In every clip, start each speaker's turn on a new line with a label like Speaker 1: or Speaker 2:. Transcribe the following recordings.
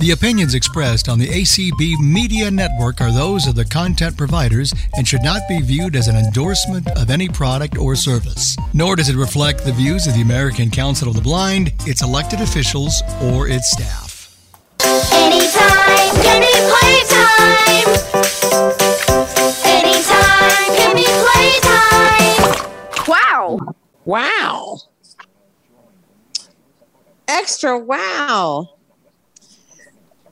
Speaker 1: The opinions expressed on the ACB Media Network are those of the content providers and should not be viewed as an endorsement of any product or service. Nor does it reflect the views of the American Council of the Blind, its elected officials, or its staff.
Speaker 2: Anytime, any playtime. Anytime, any playtime.
Speaker 3: Wow.
Speaker 4: Wow. Extra wow.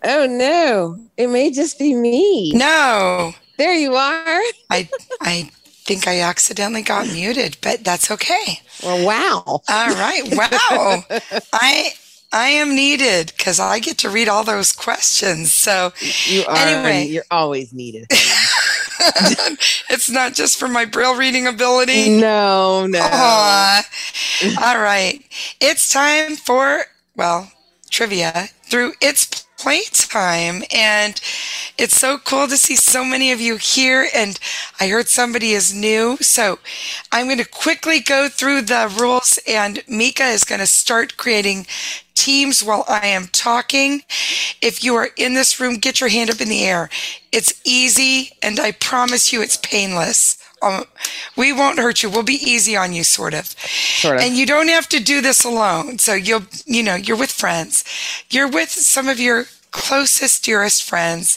Speaker 4: Oh no, it may just be me.
Speaker 5: No,
Speaker 4: There you are.
Speaker 5: I I think I accidentally got muted, but that's okay.
Speaker 4: Well, wow.
Speaker 5: All right. Wow. I I am needed because I get to read all those questions. So
Speaker 4: You are.
Speaker 5: Anyway.
Speaker 4: You're always needed.
Speaker 5: it's not just for my braille reading ability. Oh,
Speaker 4: no, no.
Speaker 5: Aw. All right. It's time for, well, trivia through It's Playtime. And it's so cool to see so many of you here. And I heard somebody is new. So I'm going to quickly go through the rules, and Mika is going to start creating teams while I am talking. If you are in this room, get your hand up in the air. It's easy, and I promise you it's painless. Um, we won't hurt you. We'll be easy on you, sort of. Sort
Speaker 4: of.
Speaker 5: And you don't have to do this alone. So you'll, you know, you're with friends. You're with some of your closest, dearest friends.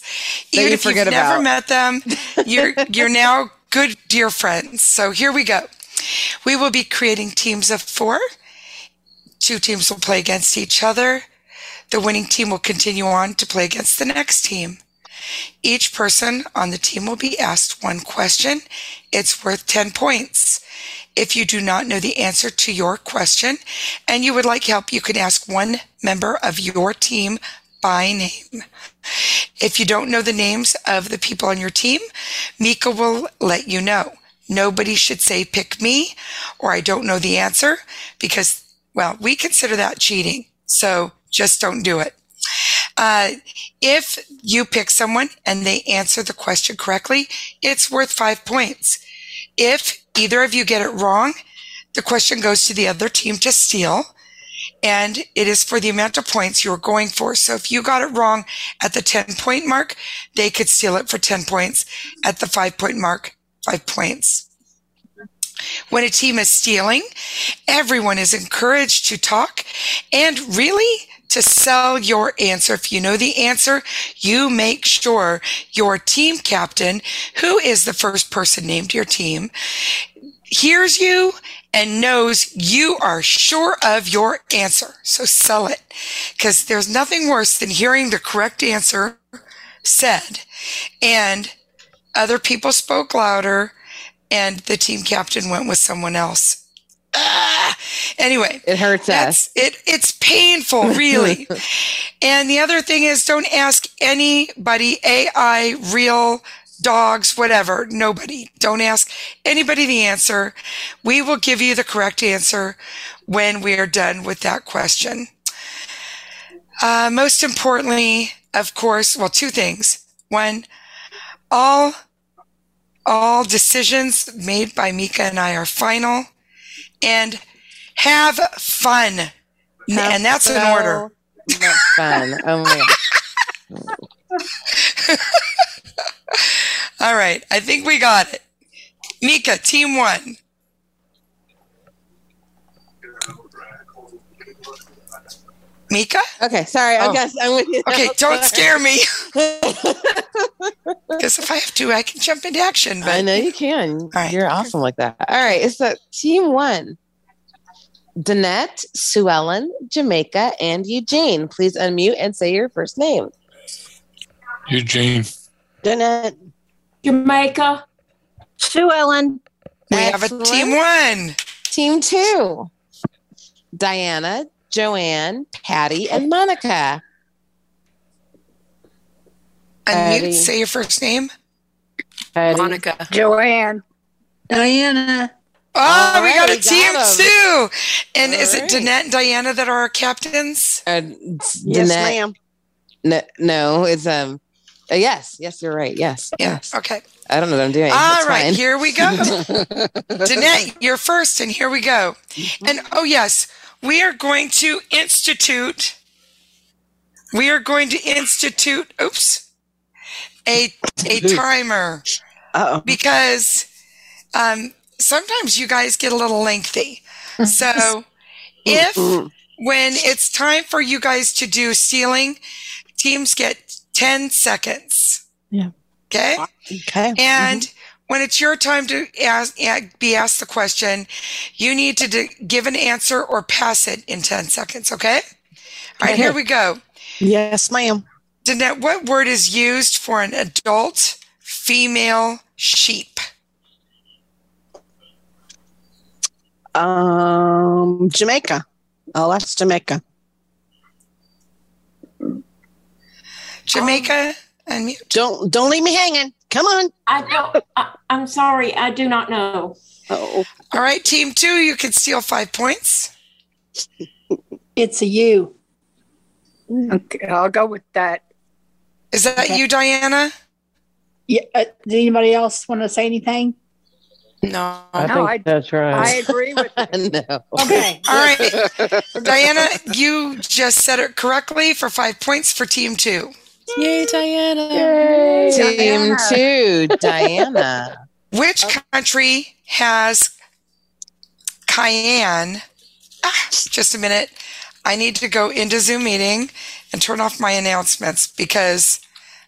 Speaker 5: Even
Speaker 4: you
Speaker 5: if you've
Speaker 4: forget
Speaker 5: never
Speaker 4: about.
Speaker 5: met them, you're you're now good, dear friends. So here we go. We will be creating teams of four. Two teams will play against each other. The winning team will continue on to play against the next team. Each person on the team will be asked one question. It's worth 10 points. If you do not know the answer to your question and you would like help, you can ask one member of your team by name. If you don't know the names of the people on your team, Mika will let you know. Nobody should say, pick me, or I don't know the answer, because, well, we consider that cheating. So just don't do it. Uh, if you pick someone and they answer the question correctly, it's worth five points. If either of you get it wrong, the question goes to the other team to steal and it is for the amount of points you're going for. So if you got it wrong at the 10 point mark, they could steal it for 10 points. At the five point mark, five points. When a team is stealing, everyone is encouraged to talk and really to sell your answer. If you know the answer, you make sure your team captain, who is the first person named to your team, hears you and knows you are sure of your answer. So sell it because there's nothing worse than hearing the correct answer said and other people spoke louder and the team captain went with someone else. Ah! Anyway,
Speaker 4: It hurts us.
Speaker 5: that's it. It's painful, really. and the other thing is, don't ask anybody, AI, real dogs, whatever. Nobody. Don't ask anybody the answer. We will give you the correct answer when we are done with that question. Uh, most importantly, of course, well, two things. One, all all decisions made by Mika and I are final. And have fun. and that's an order.
Speaker 4: So much fun. Oh my God.
Speaker 5: All right. I think we got it. Mika, team one. Mika?
Speaker 4: Okay, sorry. I
Speaker 5: Oh.
Speaker 4: guess I'm with you.
Speaker 5: Okay, don't scare me. Because if I have to, I can jump into action. But
Speaker 4: I know you can.
Speaker 5: right.
Speaker 4: You're awesome like that. All right. It's the team one. Danette, Sue Ellen, Jamaica, and Eugene. Please unmute and say your first name.
Speaker 6: Eugene.
Speaker 4: Danette.
Speaker 7: Jamaica,
Speaker 8: Sue Ellen,
Speaker 5: we have a team one.
Speaker 4: Team two. Diana, Joanne, Patty, and Monica. Patty.
Speaker 5: Unmute, say your first name.
Speaker 9: Monica.
Speaker 8: Joanne,
Speaker 9: Diana.
Speaker 5: Oh,
Speaker 4: All
Speaker 5: we
Speaker 4: right,
Speaker 5: got
Speaker 4: we
Speaker 5: a
Speaker 4: got
Speaker 5: team
Speaker 4: 'em.
Speaker 5: two. And
Speaker 4: All
Speaker 5: is
Speaker 4: right.
Speaker 5: it Danette and Diana that are our captains?
Speaker 4: Uh, Danette.
Speaker 8: yes, ma'am.
Speaker 4: No, no, it's um. uh, yes, yes, you're right. Yes, yes.
Speaker 5: Okay.
Speaker 4: I don't know what I'm doing.
Speaker 5: All
Speaker 4: It's
Speaker 5: right,
Speaker 4: fine.
Speaker 5: here we go. Danette, you're first, and here we go. And oh, yes, we are going to institute We are going to institute, oops, a, a timer
Speaker 4: Oh,
Speaker 5: because um, sometimes you guys get a little lengthy. So if when it's time for you guys to do sealing, teams get 10 seconds.
Speaker 4: Yeah.
Speaker 5: Okay.
Speaker 4: okay.
Speaker 5: And when it's your time to ask, a- be asked the question, you need to d- give an answer or pass it in 10 seconds. Okay. All right. Here we go.
Speaker 4: yes, ma'am.
Speaker 5: Danette, what word is used for an adult female sheep?
Speaker 3: Um, Jamaica. Oh, that's Jamaica.
Speaker 5: Jamaica, unmute.
Speaker 3: Don't don't leave me hanging. Come on.
Speaker 7: I don't. I, I'm sorry. I do not know.
Speaker 3: Oh,
Speaker 5: All right, team two, you can steal five points.
Speaker 9: It's a U. Okay, I'll go with that.
Speaker 5: Is that you, Diana?
Speaker 9: Yeah. Uh, does anybody else want to say anything?
Speaker 5: No.
Speaker 10: I
Speaker 9: No,
Speaker 10: think
Speaker 9: I-
Speaker 10: that's right.
Speaker 9: I agree with.
Speaker 4: no.
Speaker 9: Okay.
Speaker 5: All right. Diana, you just said it correctly for five points for team two.
Speaker 9: Yay, Diana.
Speaker 4: Team two, Diana.
Speaker 5: Which
Speaker 9: Oh.
Speaker 5: country has cayenne? Ah, just a minute. I need to go into Zoom meeting and turn off my announcements because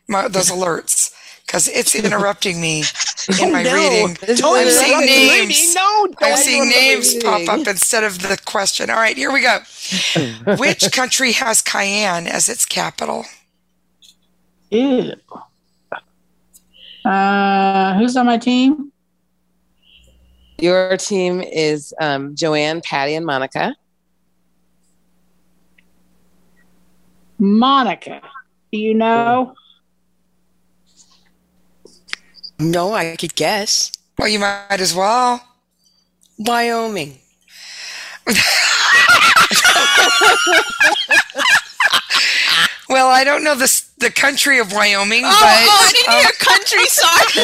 Speaker 5: my, those alerts, because it's interrupting me in my
Speaker 3: No.
Speaker 5: reading.
Speaker 3: don't
Speaker 5: I'm
Speaker 3: interrupt
Speaker 5: seeing
Speaker 3: me,
Speaker 5: names.
Speaker 3: lady. No,
Speaker 5: I'm
Speaker 3: don't
Speaker 5: seeing
Speaker 3: interrupt me.
Speaker 5: names pop up instead of the question. All right, here we go. Which country has Cayenne as its capital?
Speaker 10: Ew. Uh, who's on my team?
Speaker 4: Your team is um, Joanne, Patty, and Monica.
Speaker 10: Monica. Do you know?
Speaker 9: No, I could guess.
Speaker 5: Well, you might as well.
Speaker 9: Wyoming.
Speaker 5: Well, I don't know the s- the country of Wyoming,
Speaker 9: Oh, oh, I
Speaker 5: but,
Speaker 9: didn't
Speaker 5: um,
Speaker 9: hear country song.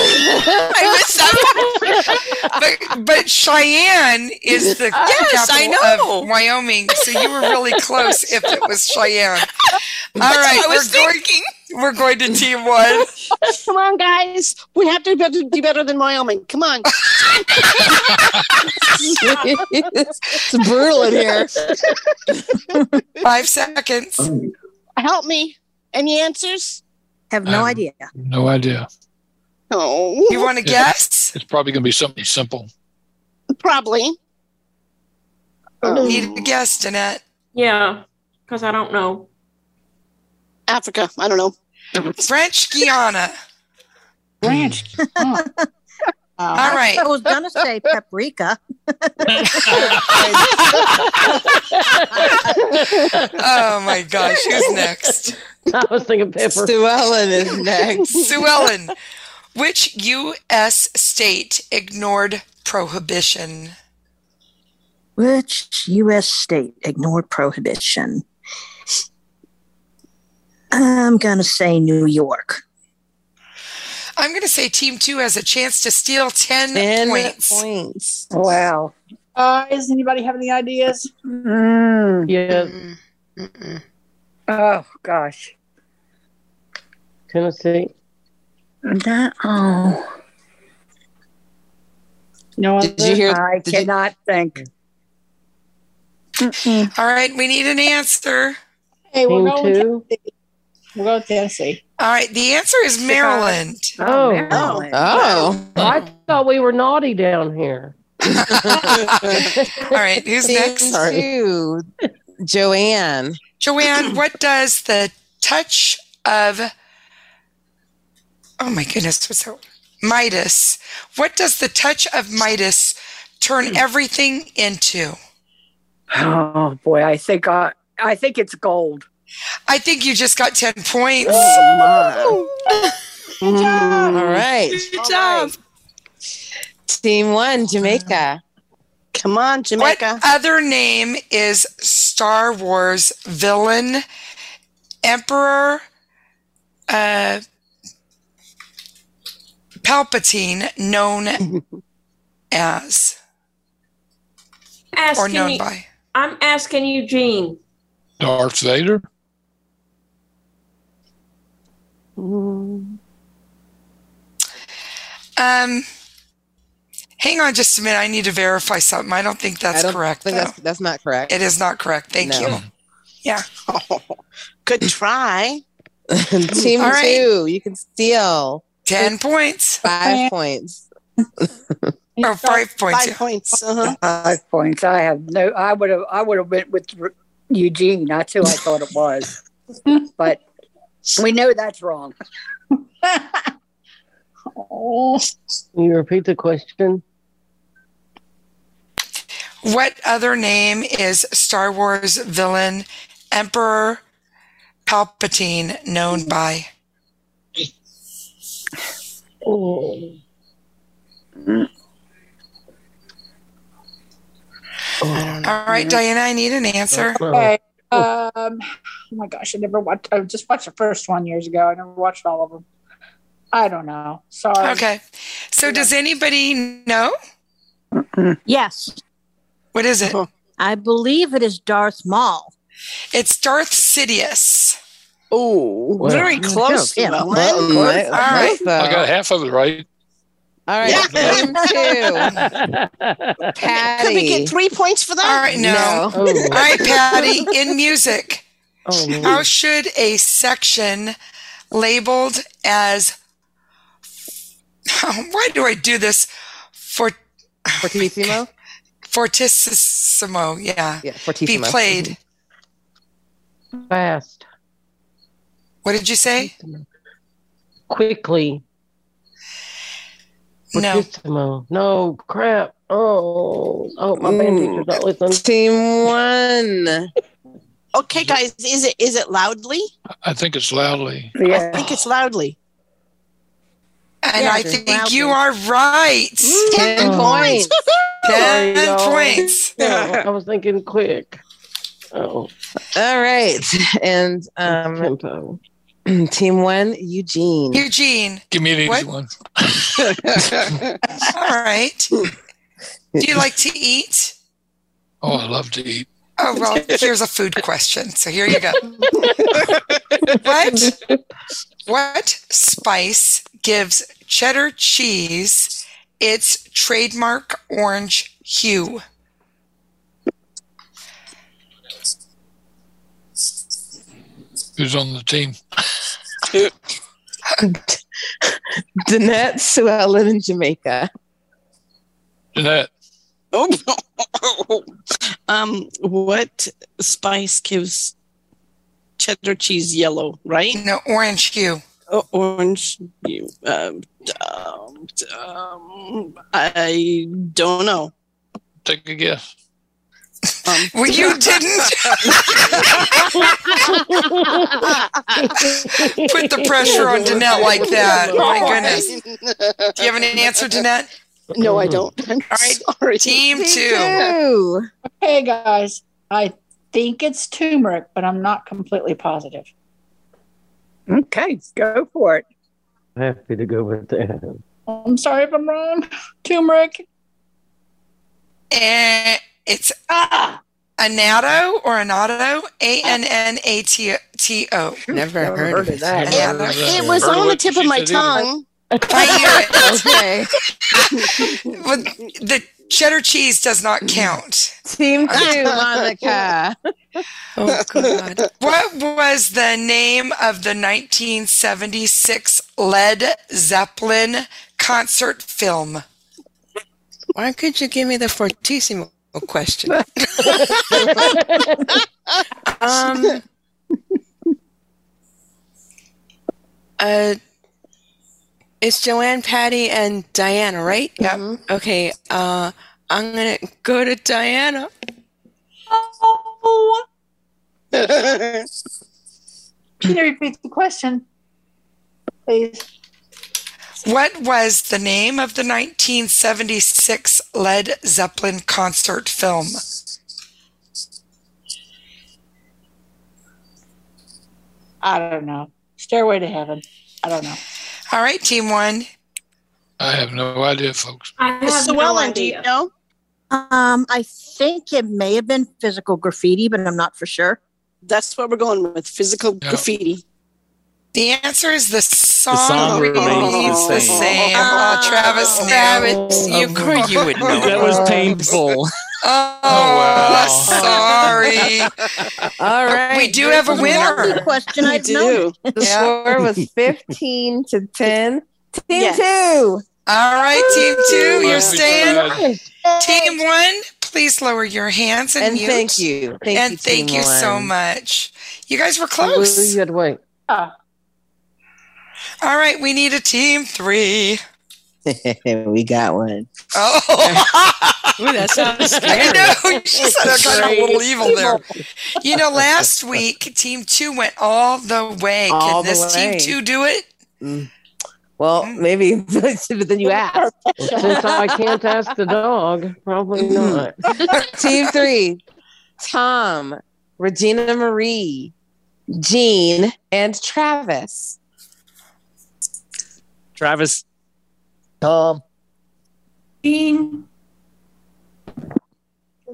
Speaker 9: I missed that one.
Speaker 5: but but Cheyenne is the
Speaker 9: Yes, I
Speaker 5: capital
Speaker 9: know.
Speaker 5: of Wyoming. So you were really close if it was Cheyenne. All right,
Speaker 9: I was
Speaker 5: we're going
Speaker 9: thinking.
Speaker 5: we're going to team one.
Speaker 3: Come on, guys. We have to be- do better than Wyoming. Come on.
Speaker 4: it's, it's brutal in here.
Speaker 5: Five seconds.
Speaker 3: Help me. Any answers?
Speaker 6: Have no idea. No idea.
Speaker 3: Oh,
Speaker 5: Um, You want to guess?
Speaker 6: It's probably going to be something simple.
Speaker 3: probably.
Speaker 9: Oh.
Speaker 5: Need a guess, Danette.
Speaker 7: Yeah, because I don't know.
Speaker 3: Africa. I don't know.
Speaker 5: French Guiana.
Speaker 10: Ranch. Huh. Uh,
Speaker 5: All right.
Speaker 9: I was gonna say paprika.
Speaker 5: Oh my gosh, who's next?
Speaker 10: I was thinking pepper.
Speaker 4: Sue Ellen is next.
Speaker 5: Sue Ellen. Which U.S. state ignored prohibition?
Speaker 9: Which U.S. state ignored prohibition? I'm going to say New York.
Speaker 5: I'm going to say Team Two has a chance to steal 10,
Speaker 4: Ten
Speaker 5: points.
Speaker 4: points.
Speaker 9: Wow.
Speaker 10: Uh, does anybody have any ideas?
Speaker 9: Mm.
Speaker 11: Yeah,
Speaker 5: Mm-mm. Mm-mm.
Speaker 9: Oh, gosh.
Speaker 11: Tennessee.
Speaker 9: That, oh,
Speaker 10: No.
Speaker 4: Did you hear?
Speaker 9: I
Speaker 4: did you-
Speaker 9: cannot think.
Speaker 5: All right, we need an answer.
Speaker 10: Hey, we're
Speaker 11: Team
Speaker 10: going, to,
Speaker 11: two.
Speaker 10: we're going to Tennessee.
Speaker 5: All right, the answer is Maryland.
Speaker 11: Oh,
Speaker 4: Oh,
Speaker 11: I thought we were naughty down here.
Speaker 5: All right, who's
Speaker 4: team
Speaker 5: next?
Speaker 4: two, Joanne.
Speaker 5: Joanne, what does the touch of Oh my goodness, what's that? Midas. What does the touch of Midas
Speaker 9: Hmm.
Speaker 5: turn everything into?
Speaker 9: Oh, boy. I think I, I think it's gold.
Speaker 5: I think you just got 10 points.
Speaker 4: Oh, Mm. All right,
Speaker 5: Good job.
Speaker 4: team one, Jamaica.
Speaker 3: Come on,
Speaker 5: What
Speaker 3: Jamaica.
Speaker 5: other name is Star Wars villain, Emperor uh, Palpatine known as or
Speaker 7: Asking
Speaker 5: known
Speaker 7: you,
Speaker 5: by?
Speaker 7: I'm asking Eugene.
Speaker 6: Darth Vader?
Speaker 7: Mm.
Speaker 5: Um, hang on just a minute. I need to verify something. I don't think that's
Speaker 4: I don't
Speaker 5: correct.
Speaker 4: think
Speaker 5: though.
Speaker 4: that's, that's not correct.
Speaker 5: It is not correct. Thank
Speaker 4: No.
Speaker 5: you. Yeah.
Speaker 4: Good try. Team
Speaker 5: All right.
Speaker 4: two, you can steal
Speaker 5: 10 points.
Speaker 4: five points.
Speaker 5: Or five points. yeah.
Speaker 10: points.
Speaker 9: Five points. I have no. I would have. I would have went with R- Eugene. That's who I thought it was. but we know that's wrong.
Speaker 10: Oh,
Speaker 11: Can you repeat the question?
Speaker 5: What other name is Star Wars villain Emperor Palpatine known by?
Speaker 11: Oh.
Speaker 5: All right, Diana, I need an answer.
Speaker 10: okay. Um, oh my gosh, I never watched. I just watched the first one years ago. I never watched all of them. I don't know. Sorry.
Speaker 5: Okay. So, does anybody know?
Speaker 8: Yes,
Speaker 5: What is it?
Speaker 8: I believe it is Darth Maul.
Speaker 5: It's Darth Sidious.
Speaker 4: Oh,
Speaker 11: Well,
Speaker 10: Very close.
Speaker 8: yeah.
Speaker 10: though.
Speaker 4: All
Speaker 5: right.
Speaker 6: I
Speaker 12: uh,
Speaker 6: got half of it right.
Speaker 4: All right, team two. Patty.
Speaker 3: Could we get three points for
Speaker 5: All
Speaker 3: that?
Speaker 5: right, no.
Speaker 11: oh,
Speaker 5: All right, Patty, in music,
Speaker 11: oh,
Speaker 4: Mm-hmm.
Speaker 5: how
Speaker 11: Lord.
Speaker 5: should a section labeled as why do I do this? For oh
Speaker 4: Fortissimo?
Speaker 5: fortissimo, yeah.
Speaker 4: Yeah,
Speaker 5: Be
Speaker 4: Fortissimo. Mm-hmm.
Speaker 5: played.
Speaker 11: fast,
Speaker 5: What did you say?
Speaker 11: quickly.
Speaker 5: No.
Speaker 11: Fortissimo. No crap. Oh, oh, my band
Speaker 4: Mm.
Speaker 11: teacher's not listening.
Speaker 4: Team one.
Speaker 3: Okay, guys, is it is it loudly?
Speaker 6: I think it's loudly.
Speaker 9: Yeah.
Speaker 3: I think it's loudly.
Speaker 5: And
Speaker 4: Yeah,
Speaker 5: I
Speaker 4: it's
Speaker 5: think
Speaker 8: loudly.
Speaker 5: you are right.
Speaker 4: Mm. Ten
Speaker 11: Oh.
Speaker 4: points.
Speaker 11: Sorry,
Speaker 5: Ten
Speaker 11: y'all.
Speaker 5: points.
Speaker 11: Oh, I was thinking quick. Oh,
Speaker 4: All right, and um,
Speaker 11: tempo.
Speaker 4: team one, Eugene.
Speaker 5: Eugene.
Speaker 6: Give me an easy
Speaker 5: What?
Speaker 6: one.
Speaker 5: All right. Do you like to eat?
Speaker 6: Oh, I love to eat.
Speaker 5: Oh well, here's a food question. So here you go. what what spice gives cheddar cheese its trademark orange hue?
Speaker 6: Who's on the team?
Speaker 4: Danette, Sue Ellen, and Jamaica.
Speaker 6: Jeanette.
Speaker 10: Oh,
Speaker 13: Um, what spice gives cheddar cheese yellow? Right?
Speaker 5: No, orange hue.
Speaker 13: O- orange. You. Um, um, um, I don't know.
Speaker 6: Take a guess.
Speaker 13: Um,
Speaker 5: Well, you didn't put the pressure on Danette like that. Oh, my goodness. Do you have an answer, Danette?
Speaker 13: no, I don't. I'm
Speaker 5: right.
Speaker 13: sorry.
Speaker 5: Team two.
Speaker 4: Mm. Two.
Speaker 10: hey guys, I think it's turmeric, but I'm not completely positive.
Speaker 9: Okay, go for it.
Speaker 11: Happy to go with that.
Speaker 10: I'm sorry if I'm wrong. Turmeric.
Speaker 5: And Eh, it's
Speaker 10: Ah,
Speaker 5: Anato or Anato? A N N A T T O.
Speaker 4: Never, heard, of
Speaker 6: Never
Speaker 4: that.
Speaker 5: Yeah,
Speaker 6: heard of that.
Speaker 3: it was
Speaker 6: Heard
Speaker 3: on the
Speaker 6: what
Speaker 3: tip
Speaker 6: she
Speaker 3: of my
Speaker 6: said either.
Speaker 3: tongue.
Speaker 5: I knew it.
Speaker 4: okay.
Speaker 5: But the cheddar cheese does not count.
Speaker 4: Team two, Monica.
Speaker 5: Oh God! What was the name of the 1976 Led Zeppelin concert film?
Speaker 13: Why could you give me the fortissimo question? Um, uh, it's Joanne, Patty, and Diana, right?
Speaker 5: Yep.
Speaker 4: Mm-hmm.
Speaker 13: Okay. Uh, I'm gonna go to Diana.
Speaker 4: Oh.
Speaker 10: can you repeat the question, please?
Speaker 5: What was the name of the 1976 Led Zeppelin concert film?
Speaker 10: I don't know. Stairway to Heaven. I don't know.
Speaker 5: All right, team one.
Speaker 6: I have no idea, folks.
Speaker 7: I have
Speaker 3: Miss
Speaker 7: no
Speaker 3: Llewellyn, do you
Speaker 7: idea.
Speaker 3: know?
Speaker 8: Um, I think it may have been physical graffiti, but I'm not for sure.
Speaker 13: That's what we're going with physical
Speaker 6: Yeah.
Speaker 13: graffiti.
Speaker 5: The answer is the song,
Speaker 14: song
Speaker 5: remains the same. Oh, Travis, knew.
Speaker 13: Travis, you, course you would know.
Speaker 14: That was painful.
Speaker 5: Oh, sorry.
Speaker 4: All right.
Speaker 5: We do have a winner.
Speaker 4: Question
Speaker 5: I
Speaker 4: do. The score was 15 to 10. Team 2.
Speaker 5: All right, team two, you're
Speaker 4: Must be
Speaker 5: staying. Team one, please lower your hands and,
Speaker 4: And
Speaker 5: mute.
Speaker 4: thank you. Thank
Speaker 5: and
Speaker 4: you,
Speaker 5: thank
Speaker 4: team
Speaker 5: you so
Speaker 4: one.
Speaker 5: much. You guys were close.
Speaker 11: Good way.
Speaker 5: All right, we need a team three.
Speaker 4: we got one.
Speaker 5: Oh,
Speaker 13: that sounds
Speaker 5: I
Speaker 13: scary.
Speaker 5: know. She sounded kind of a little
Speaker 13: Scary.
Speaker 5: evil there. You know, last week, team two went all the way.
Speaker 4: All
Speaker 5: Can
Speaker 4: the
Speaker 5: this
Speaker 4: way.
Speaker 5: team two do it?
Speaker 4: Well,
Speaker 5: Mm.
Speaker 4: maybe, but then you asked.
Speaker 11: Since I can't ask the dog, probably not.
Speaker 4: Mm. Team three Tom, Regina Marie, Jean, and Travis.
Speaker 14: Travis.
Speaker 11: Tom.
Speaker 7: Jean.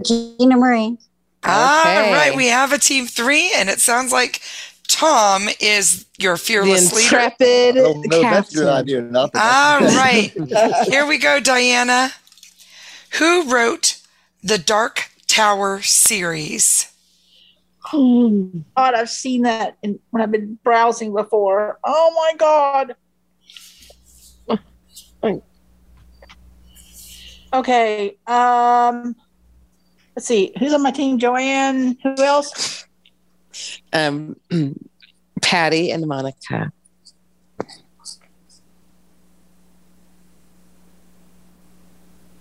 Speaker 8: Gina Marie.
Speaker 5: All
Speaker 8: Okay.
Speaker 5: right, we have a team three, and it sounds like Tom is your fearless leader.
Speaker 4: intrepid
Speaker 15: Oh, no, that's your
Speaker 4: captain.
Speaker 15: idea, not the
Speaker 5: All right, here we go, Diana. Who wrote the Dark Tower series?
Speaker 10: Oh, God, I've seen that in, when I've been browsing before. Oh my God. Okay. Um, let's see. Who's on my team? Joanne. Who else?
Speaker 4: Um, Patty and Monica.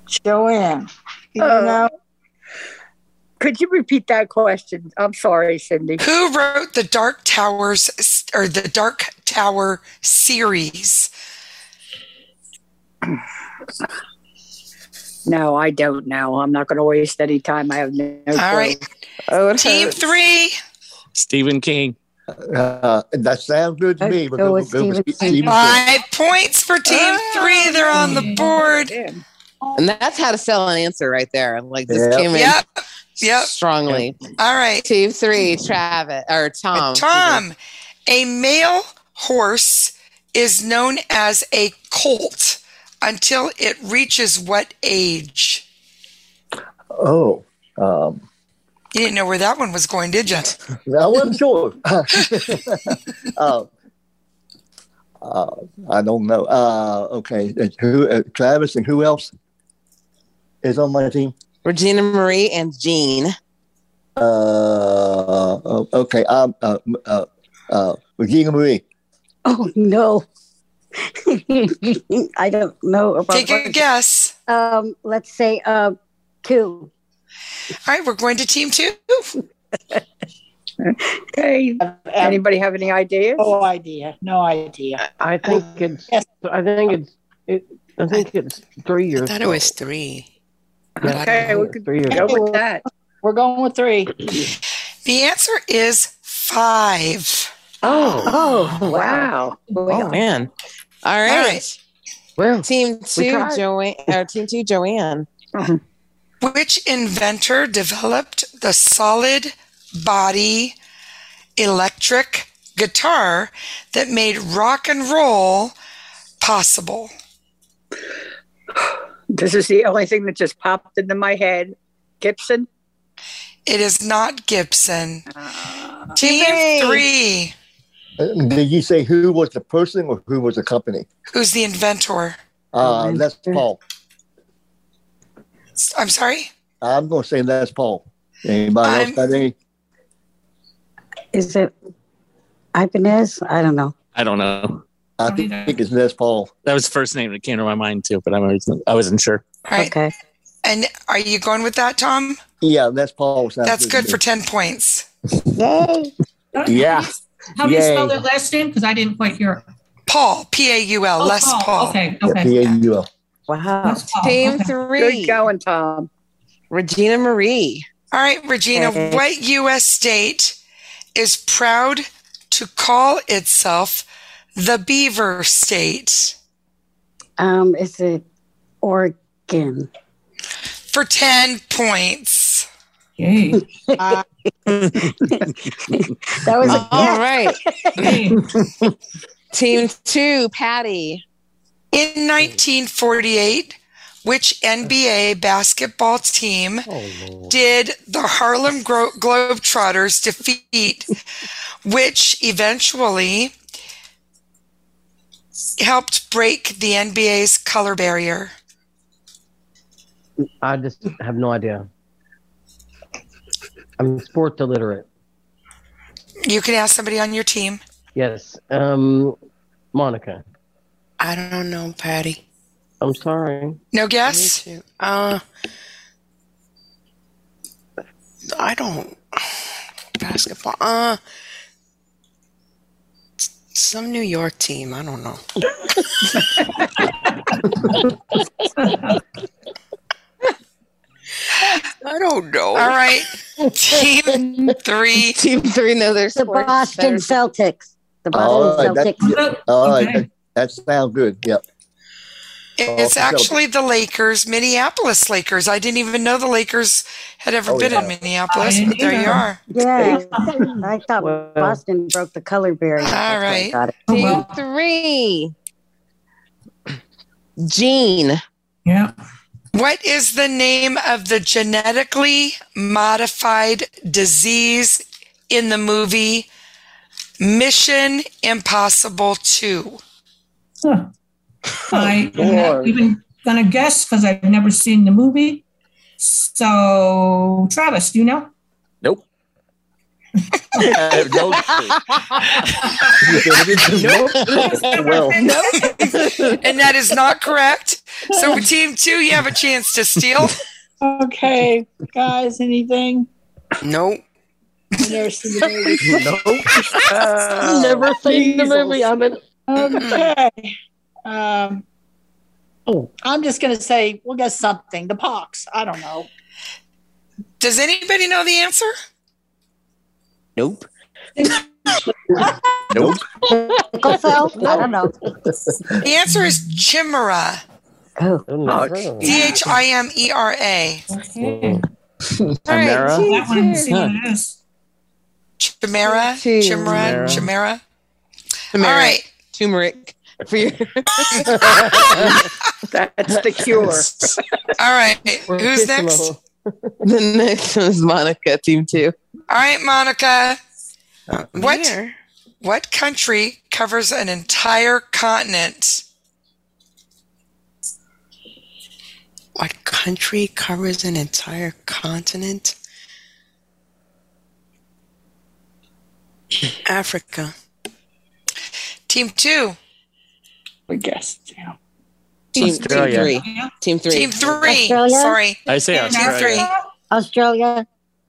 Speaker 10: Joanne. You know?
Speaker 9: Could you repeat that question? I'm sorry, Cindy.
Speaker 5: Who wrote the Dark Towers or the Dark Tower series?
Speaker 9: No, I don't know. I'm not going to waste any time. I have no. All
Speaker 5: All right, team three.
Speaker 14: Stephen King.
Speaker 15: Uh, that sounds good to me.
Speaker 5: I'd
Speaker 15: but
Speaker 5: go
Speaker 15: go-
Speaker 5: with
Speaker 15: go with
Speaker 5: Stephen
Speaker 15: Stephen King.
Speaker 5: Five points for team
Speaker 9: Ah.
Speaker 5: three. They're on the board.
Speaker 4: And that's how to sell an answer right there. Like this
Speaker 5: Yep.
Speaker 4: came in
Speaker 5: Yep. Yep.
Speaker 4: strongly.
Speaker 5: All right.
Speaker 4: Team three, Travis or Tom.
Speaker 5: Tom, a male horse is known as a colt until it reaches what age?
Speaker 15: Oh, um,
Speaker 5: You didn't know where that one was going, did you?
Speaker 15: I wasn't sure. uh, uh, I don't know. Uh, okay, it's who? Uh, Travis and who else is on my team?
Speaker 4: Regina Marie and Jean.
Speaker 15: Uh, oh, okay, um, uh, uh, uh, Regina Marie.
Speaker 8: Oh no. I don't know about
Speaker 5: Take a guess.
Speaker 8: Um, let's say uh two.
Speaker 5: All right, we're going to team two.
Speaker 9: Okay. Anybody have any ideas?
Speaker 10: No Oh, idea. No idea.
Speaker 11: I think it's. I think it's. It, I think it's three years.
Speaker 13: I thought it was three.
Speaker 11: Okay, we could three years. old.
Speaker 10: with that. We're going with three.
Speaker 5: The answer is five.
Speaker 4: Oh, oh,
Speaker 9: wow.
Speaker 4: Oh man. All right.
Speaker 5: All
Speaker 11: Well,
Speaker 4: team two,
Speaker 5: tried.
Speaker 4: Joanne or team two, Joanne.
Speaker 5: Which inventor developed the solid body electric guitar that made rock and roll possible?
Speaker 9: This is the only thing that just popped into my head. Gibson.
Speaker 5: It is not Gibson.
Speaker 9: Uh,
Speaker 5: Team three.
Speaker 15: Uh, Did you say who was the person or who was the company?
Speaker 5: Who's the inventor?
Speaker 15: Uh, Les Paul.
Speaker 5: I'm sorry?
Speaker 15: I'm going to say Les Paul. Anybody else got any?
Speaker 8: Is it Ibanez? I don't know.
Speaker 14: I don't know.
Speaker 15: I think, I think it's Les Paul.
Speaker 14: That was the first name that came to my mind too, but I'm always, I wasn't sure.
Speaker 5: All right.
Speaker 8: Okay.
Speaker 5: And are you going with that, Tom?
Speaker 15: Yeah, Les Paul. sounds
Speaker 5: That's
Speaker 15: to
Speaker 5: good
Speaker 15: me.
Speaker 5: for 10 points.
Speaker 15: Yay. Yeah.
Speaker 12: How do you spell
Speaker 15: Yay.
Speaker 12: their last name? Because I didn't quite hear it.
Speaker 5: Paul, P A U L,
Speaker 12: Oh,
Speaker 5: Les
Speaker 12: Paul.
Speaker 5: Paul.
Speaker 12: Okay,
Speaker 15: Yeah,
Speaker 12: okay.
Speaker 15: P-A-U-L.
Speaker 4: Wow.
Speaker 12: Paul,
Speaker 4: Team
Speaker 12: okay.
Speaker 4: three.
Speaker 9: Good going, Tom.
Speaker 4: Regina Marie.
Speaker 5: All right, Regina,
Speaker 4: Okay.
Speaker 5: what U.S. state is proud to call itself the Beaver State?
Speaker 8: Um, is it Oregon?
Speaker 5: For 10 points.
Speaker 8: Uh, That was a
Speaker 4: All right. Team two, Patty.
Speaker 5: In 1948, which NBA basketball team
Speaker 8: Oh,
Speaker 5: did the Harlem Gro- Globetrotters defeat, which eventually helped break the NBA's color barrier?
Speaker 11: I just have no idea. I'm sports illiterate.
Speaker 5: You can ask somebody on your team.
Speaker 11: Yes. Um, Monica.
Speaker 13: I don't know, Patty.
Speaker 11: I'm sorry.
Speaker 5: No guess?
Speaker 13: Uh, I don't basketball. Uh, s- some New York team. I don't know. I don't know.
Speaker 5: All right. Team three.
Speaker 4: Team three knows their
Speaker 8: The
Speaker 4: sports
Speaker 8: Boston
Speaker 4: better.
Speaker 8: Celtics. The
Speaker 15: All
Speaker 8: Boston
Speaker 15: right, Oh, that,
Speaker 8: Celtics.
Speaker 15: all right, that, that sounds good. Yep.
Speaker 5: It's
Speaker 15: Oh,
Speaker 5: actually the Lakers, Minneapolis Lakers. I didn't even know the Lakers had ever
Speaker 15: Oh,
Speaker 5: been
Speaker 15: yeah.
Speaker 5: in Minneapolis, but there you are.
Speaker 8: Yeah, I thought Boston broke the color barrier. That's why I
Speaker 5: right.
Speaker 8: got it.
Speaker 4: Team three. Gene.
Speaker 7: Yeah.
Speaker 5: What is the name of the genetically modified disease in the movie Mission Impossible 2?
Speaker 12: I am not even gonna guess because I've never seen the movie. So Travis, do you know?
Speaker 14: Nope. I have no clue.
Speaker 15: well,
Speaker 5: and that is not correct. So, team two, you have a chance to steal.
Speaker 10: Okay, guys, anything?
Speaker 13: Nope.
Speaker 10: I've never seen the movie.
Speaker 11: Never seen the movie. I'm in.
Speaker 10: Okay. Um,
Speaker 9: Oh.
Speaker 10: I'm just going to say, we'll guess something. The pox. I don't know.
Speaker 5: Does anybody know the answer?
Speaker 14: Nope.
Speaker 15: Nope.
Speaker 8: I don't know.
Speaker 5: The answer is chimera.
Speaker 8: Oh,
Speaker 5: C H I M E R A.
Speaker 14: Amara?
Speaker 12: That one and see what it is.
Speaker 5: Chimera. Chimera.
Speaker 14: Chimera.
Speaker 5: Chimera. All right.
Speaker 4: Turmeric for your
Speaker 9: That's the cure.
Speaker 5: All right. Who's next? All
Speaker 4: The next one is Monica, team two.
Speaker 5: right, Monica.
Speaker 4: Oh,
Speaker 5: What
Speaker 13: Here.
Speaker 5: what country covers an entire continent?
Speaker 13: What country covers an entire continent? Africa.
Speaker 5: Team two.
Speaker 10: We guessed. Yeah.
Speaker 4: Team, team
Speaker 5: Oh,
Speaker 14: Australia.
Speaker 4: three. Team three.
Speaker 5: Team three.
Speaker 8: Australia?
Speaker 5: Sorry.
Speaker 14: I say
Speaker 12: And
Speaker 14: Australia.
Speaker 5: Three.
Speaker 12: Africa?
Speaker 8: Australia.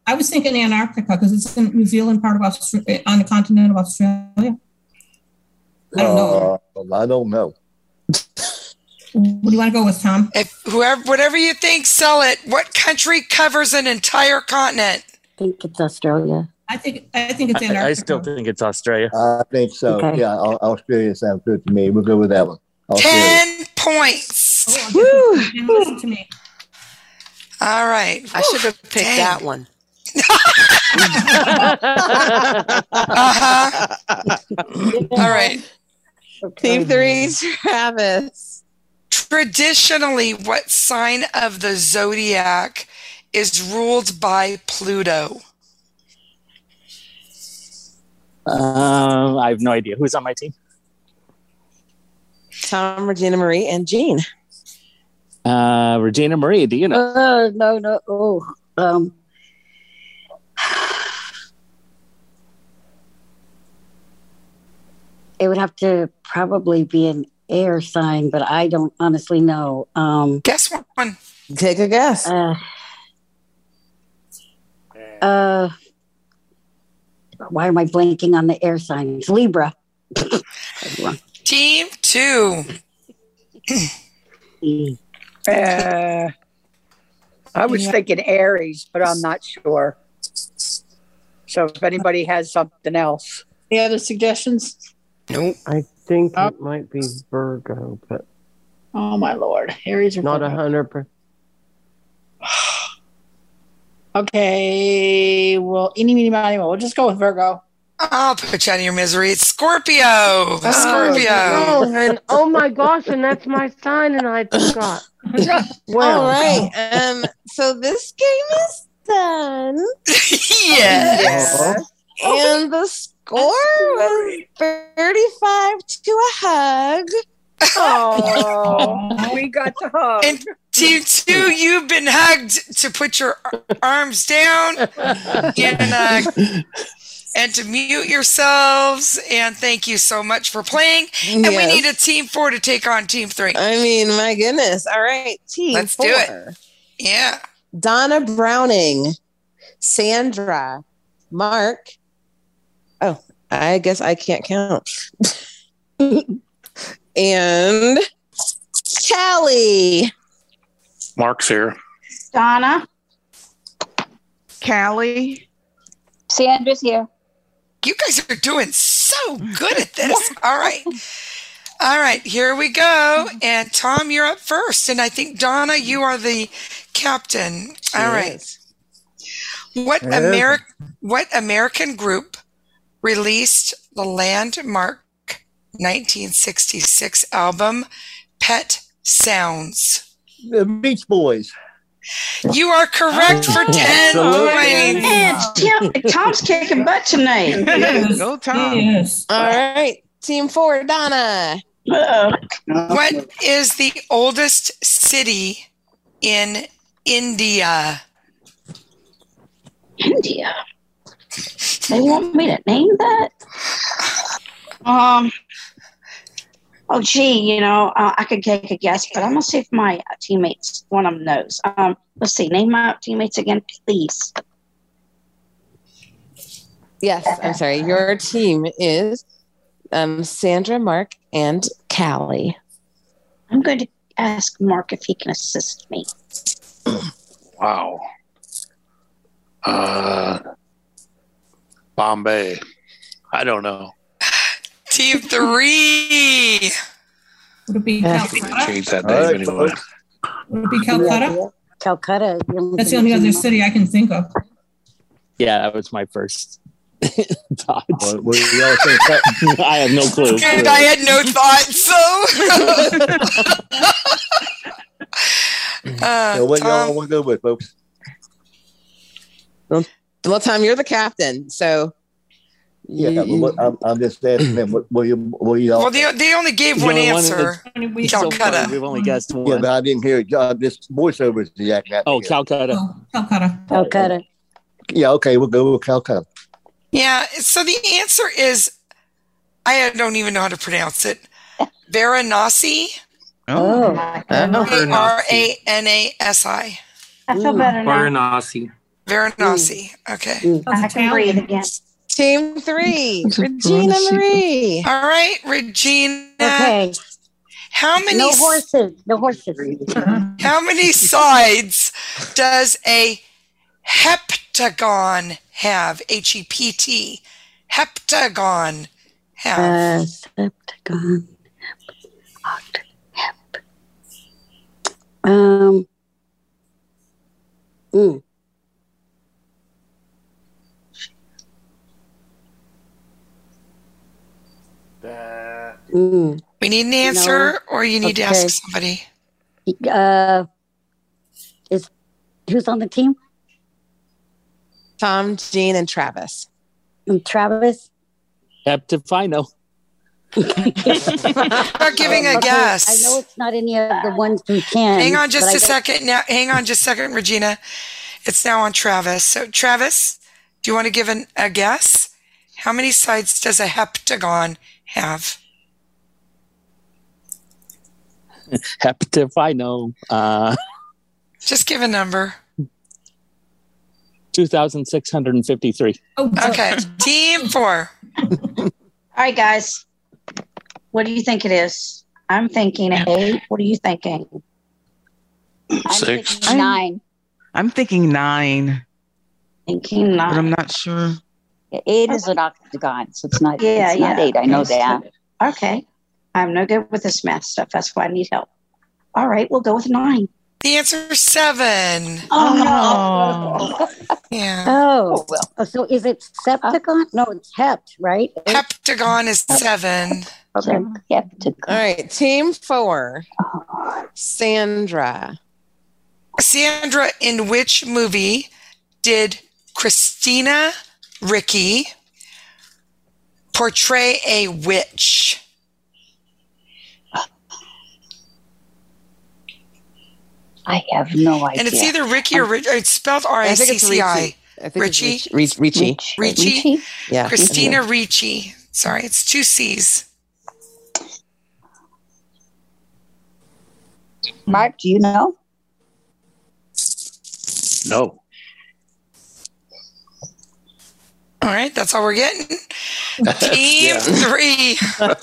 Speaker 12: I was thinking Antarctica because it's in New Zealand, part of Australia, on the continent of Australia. I don't know.
Speaker 15: uh, I don't know.
Speaker 12: What do you want to go with, Tom?
Speaker 5: If whoever whatever you think, sell it. What country covers an entire continent?
Speaker 8: I think it's Australia.
Speaker 12: I think I think it's Antarctica.
Speaker 14: I, I still think it's Australia.
Speaker 15: Uh, I think so.
Speaker 8: Okay.
Speaker 15: Yeah, Au- Australia sounds good to me. We'll go with that one.
Speaker 13: Oh,
Speaker 15: Australia.
Speaker 5: Ten points.
Speaker 12: Oh, okay. Listen to me.
Speaker 5: All right.
Speaker 13: I should have picked
Speaker 5: Dang.
Speaker 13: that one.
Speaker 5: Uh-huh. All right.
Speaker 13: Oh,
Speaker 4: Team three, Travis.
Speaker 5: Traditionally, what sign of the zodiac is ruled by Pluto?
Speaker 14: Uh, I have no idea who's on my team.
Speaker 4: Tom, Regina Marie, and Jean.
Speaker 14: Uh, Regina Marie, do you know?
Speaker 8: Oh no no oh um it would have to probably be an air sign but I don't honestly know um
Speaker 5: Guess one.
Speaker 4: Take a guess.
Speaker 8: uh, uh why am I blanking on the air signs Libra
Speaker 5: Team two.
Speaker 9: Uh, I was thinking Aries, but I'm not sure. So if anybody has something else,
Speaker 10: Any other suggestions?
Speaker 13: Nope.
Speaker 11: I think it might be Virgo, but
Speaker 10: Oh, my Lord. Aries are
Speaker 11: not a hundred. per-
Speaker 10: Okay. Well, any, meeny, miny, moe. We'll just go with Virgo.
Speaker 5: I'll Oh, put you out of your misery. It's Scorpio. Scorpio.
Speaker 16: Oh, and oh my gosh, and that's my sign, and I forgot.
Speaker 4: All right. Um, so this game is done.
Speaker 5: yes.
Speaker 4: And the score was 35 to a hug.
Speaker 9: Oh, we got the hug.
Speaker 5: And team two, you've been hugged to put your ar- arms down and, uh, and to mute yourselves. And thank you so much for playing. And we
Speaker 4: Yes.
Speaker 5: need a team four to take on team three.
Speaker 4: I mean, my goodness. All right, team.
Speaker 5: Let's
Speaker 4: four.
Speaker 5: do it. Yeah.
Speaker 4: Donna Browning, Sandra, Mark. Oh, I guess I can't count. and Callie.
Speaker 17: Mark's here.
Speaker 18: Donna. Callie. Sandra's here.
Speaker 5: You guys are doing so good at this. All right. All right, here we go. And Tom, you're up first. And I think Donna, you are the captain. All right. What
Speaker 2: Yes.
Speaker 5: Ameri- what American group released the landmark 1966 album Pet Sounds?
Speaker 15: The Beach Boys.
Speaker 5: You are correct for 10
Speaker 15: Absolutely.
Speaker 5: points.
Speaker 18: Tim, Tom's kicking butt tonight.
Speaker 5: Yes. Go, Tom. Yes.
Speaker 4: All right, team four, Donna.
Speaker 5: What is the oldest city in India?
Speaker 18: India. They want me to name that? Um. Oh, gee, you know, uh, I could take a guess, but I'm going to see if my teammates, one of them knows. Um, let's see, name my teammates again, please.
Speaker 4: Yes, I'm sorry. Your team is um, Sandra, Mark, and Callie.
Speaker 18: I'm going to ask Mark if he can assist me.
Speaker 17: Wow. Uh, Bombay. I don't know.
Speaker 5: Team three.
Speaker 12: Would it be
Speaker 8: Oh,
Speaker 17: I think they changed that name anyway.
Speaker 12: Would it be Calcutta?
Speaker 8: Calcutta.
Speaker 12: That's the only other city I can think of.
Speaker 14: Yeah, that was my first thought.
Speaker 15: all think
Speaker 14: I have no clue.
Speaker 5: And I had no thoughts, so. uh,
Speaker 15: so what
Speaker 5: Tom,
Speaker 15: y'all want to go with, folks?
Speaker 4: Well, Tom, you're the captain, so
Speaker 15: Yeah, but what, I'm, I'm just asking them. What, what you, what you all?
Speaker 5: well, they, they only gave
Speaker 15: You
Speaker 5: one
Speaker 15: know, one of
Speaker 5: answer. Calcutta.
Speaker 14: We've only guessed
Speaker 15: Mm-hmm. yeah,
Speaker 14: one.
Speaker 15: but I didn't hear it. Uh, this voiceover is the act.
Speaker 14: oh, Calcutta.
Speaker 12: Calcutta.
Speaker 8: Calcutta.
Speaker 15: Yeah, okay, we'll go with Calcutta.
Speaker 5: yeah, so the answer is I don't even know how to pronounce it. Varanasi.
Speaker 8: Oh,
Speaker 5: V R A N A S I.
Speaker 18: I feel better now.
Speaker 17: Varanasi.
Speaker 5: Varanasi. Okay.
Speaker 18: I can breathe again.
Speaker 4: Team three, Regina Marie.
Speaker 5: All right, Regina.
Speaker 8: Okay.
Speaker 5: How many
Speaker 8: No
Speaker 5: s-
Speaker 8: horses. No horses.
Speaker 12: Uh-huh.
Speaker 5: How many sides does a heptagon have? H E P T. Heptagon have.
Speaker 8: Uh, Septagon. Oct- hep. Um. mm. Mm.
Speaker 5: we need an answer,
Speaker 8: No.
Speaker 5: or you need to
Speaker 8: Okay.
Speaker 5: ask somebody.
Speaker 8: Uh, is who's on the team?
Speaker 4: Tom, Gene, and Travis.
Speaker 8: And Travis.
Speaker 14: Heptafino.
Speaker 5: Not giving a
Speaker 8: Um, Okay,
Speaker 5: guess.
Speaker 8: I know it's not any of the ones we can.
Speaker 5: Hang on
Speaker 8: but
Speaker 5: just
Speaker 8: I
Speaker 5: a
Speaker 8: don't-
Speaker 5: second. Now, hang on just a second, Regina. It's now on Travis. So, Travis, do you want to give an, a guess? How many sides does a heptagon have?
Speaker 14: Heptafino. Uh,
Speaker 5: Just give a number.
Speaker 14: 2,653.
Speaker 5: Okay, team four.
Speaker 18: All right, guys. What do you think it is? I'm thinking eight. What are you thinking?
Speaker 17: Six.
Speaker 18: Nine.
Speaker 16: I'm thinking nine.
Speaker 18: Thinking
Speaker 16: But
Speaker 18: nine.
Speaker 16: I'm not sure.
Speaker 18: Eight is an octagon, so it's not. Yeah,
Speaker 16: it's
Speaker 18: yeah.
Speaker 16: not eight, I know that.
Speaker 18: Okay, I'm no good with this math stuff. That's why I need help. All right, we'll go with nine.
Speaker 5: The answer is seven.
Speaker 18: Oh,
Speaker 5: Yeah.
Speaker 8: Oh, well. So is it septagon? no, it's hept, right?
Speaker 5: Heptagon is seven.
Speaker 4: Okay. All right, team four. Sandra.
Speaker 5: Sandra, in which movie did Christina Ricci portray a witch?
Speaker 8: I have no idea.
Speaker 5: And it's either Ricky or Rich, it's spelled R I C C I.
Speaker 4: I think it's
Speaker 5: Richie.
Speaker 4: Rich- Ricci.
Speaker 5: Ricci.
Speaker 4: Yeah.
Speaker 5: Christina Ricci. Sorry, it's two C's.
Speaker 18: Mark, do you know?
Speaker 17: No.
Speaker 5: All right, that's all we're getting. Team
Speaker 15: Yeah.
Speaker 5: three.
Speaker 15: Uh,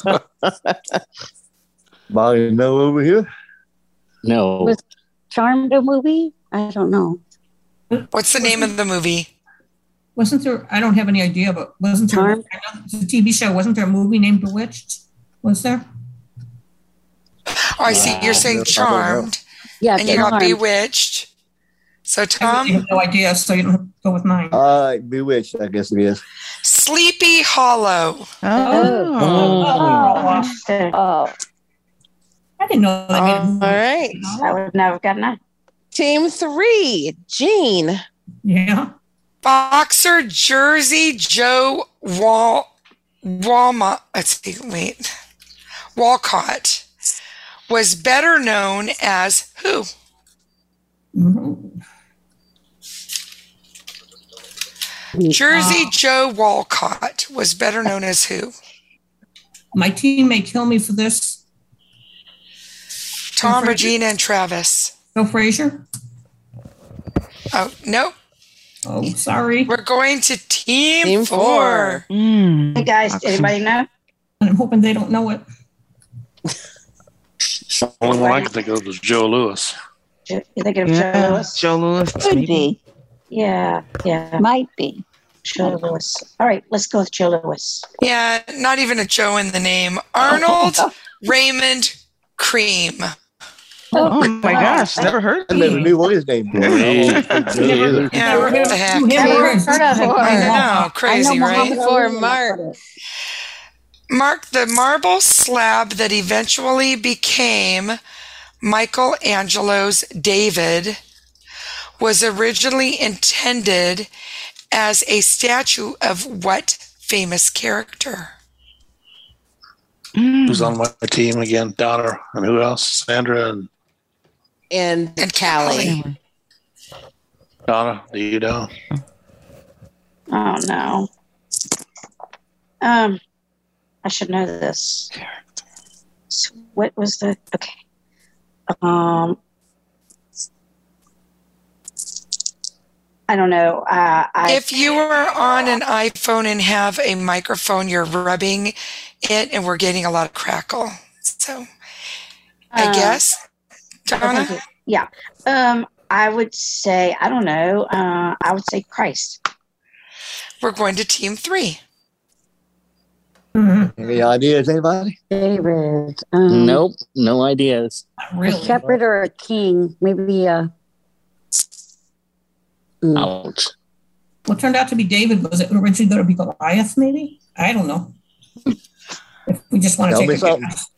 Speaker 15: Molly, no over here? Oh.
Speaker 14: No.
Speaker 8: Was Charmed a movie? I don't know.
Speaker 5: What's the name of the movie?
Speaker 12: Wasn't there? I don't have any idea, but wasn't there? I know it's a TV show. Wasn't there a movie named Bewitched? Was there?
Speaker 5: Oh, I see. You're saying charmed.
Speaker 12: Yeah,
Speaker 5: And you got
Speaker 12: Charmed.
Speaker 5: bewitched. So, Tom?
Speaker 12: I have no idea, so you don't have to go with mine.
Speaker 15: All right, Bewitched, I guess it is.
Speaker 5: Sleepy Hollow.
Speaker 18: Oh. Oh.
Speaker 12: I didn't know
Speaker 4: that. All right.
Speaker 18: I would never gotten that.
Speaker 4: Team three, Jean.
Speaker 12: Yeah.
Speaker 5: Boxer Jersey Joe Wall Walmart. Let's see. Wait, Walcott was better known as who?
Speaker 17: Mm-hmm.
Speaker 5: Jersey Joe Walcott was better known as who?
Speaker 12: My team may kill me for this.
Speaker 5: Tom,
Speaker 12: Frazier?
Speaker 5: Regina, and Travis.
Speaker 12: Bill Frazier.
Speaker 5: Oh no.
Speaker 12: Oh, sorry.
Speaker 5: We're going to team, four.
Speaker 12: four.
Speaker 18: Hey guys,
Speaker 5: Okay.
Speaker 18: anybody know?
Speaker 12: And I'm hoping they don't know it.
Speaker 17: Only one I can think of is Joe Lewis.
Speaker 18: You thinking of Joe Lewis?
Speaker 17: Joe Lewis.
Speaker 18: Could be. Yeah, yeah. Might be. Joe Lewis. All right, let's go with Joe Lewis.
Speaker 5: Yeah, not even a Joe in the name. Arnold Raymond Cream.
Speaker 19: Oh, my gosh, never heard
Speaker 15: I never knew what his name was.
Speaker 19: either.
Speaker 5: Yeah, what the heck?
Speaker 4: Never heard of it.
Speaker 5: I know,
Speaker 4: I
Speaker 5: crazy,
Speaker 4: know
Speaker 5: right?
Speaker 4: Muhammad Ali and Mark.
Speaker 5: Mark, the marble slab that eventually became Michelangelo's David was originally intended as a statue of what famous character?
Speaker 17: Who's on my team again? Donner and who else? Sandra and
Speaker 4: And, and Callie.
Speaker 17: Donna. Do you know?
Speaker 18: Oh no. Um, I should know this. So what was the okay? Um, I don't know. Uh, I
Speaker 5: If you were on an iPhone and have a microphone, you're rubbing it and we're getting a lot of crackle. So I
Speaker 18: Uh,
Speaker 5: guess, Donna?
Speaker 18: yeah. Um, I would say I don't know. Uh, I would say Christ.
Speaker 5: We're going to team three.
Speaker 15: Any ideas, anybody?
Speaker 8: David. Um,
Speaker 14: Nope. No ideas.
Speaker 8: A shepherd or a king? Maybe uh, a.
Speaker 14: Ouch.
Speaker 12: What turned out to be David was it originally going to be Goliath? Maybe I don't know. If we just want to
Speaker 15: Tell
Speaker 12: take
Speaker 15: me
Speaker 12: a
Speaker 15: something.
Speaker 12: guess.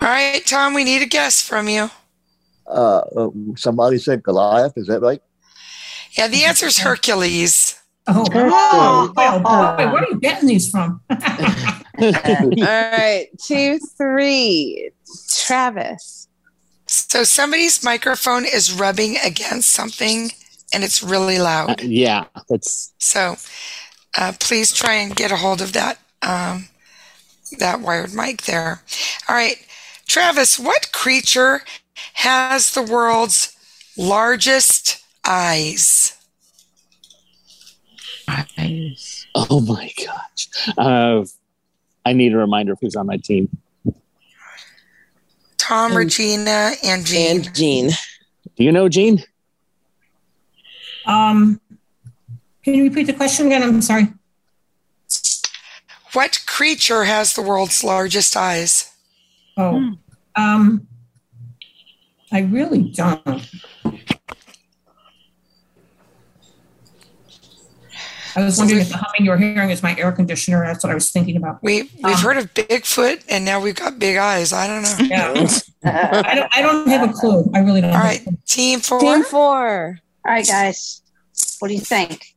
Speaker 5: All right, Tom, we need a guess from you.
Speaker 15: Uh, uh, somebody said Goliath. Is that right?
Speaker 5: Yeah, the answer is Hercules.
Speaker 12: Oh,
Speaker 15: Oh.
Speaker 12: boy, oh, boy, where are you getting these from?
Speaker 4: All right, two, three, Travis.
Speaker 5: So somebody's microphone is rubbing against something and it's really
Speaker 14: Uh,
Speaker 5: loud.
Speaker 14: yeah, that's
Speaker 5: So uh, please try and get a hold of that um, that wired mic there. All right, Travis, what creature has the world's largest eyes?
Speaker 14: Oh my gosh. Uh, I need a reminder of who's on my team.
Speaker 5: Tom, Regina, and Jean.
Speaker 4: And Jean.
Speaker 14: Do you know Gene?
Speaker 12: um, can you repeat the question again? I'm sorry.
Speaker 5: What creature has the world's largest eyes? Hmm.
Speaker 12: Oh, um, I really don't. I was wondering if the humming you were hearing is my air conditioner. That's what I was thinking about.
Speaker 5: We we've
Speaker 12: Ah.
Speaker 5: heard of Bigfoot, and now we've got big eyes. I don't know.
Speaker 12: Yeah. I don't. I don't have a clue. I really don't.
Speaker 5: All right, team four.
Speaker 4: Team four.
Speaker 18: All right, guys. What do you think?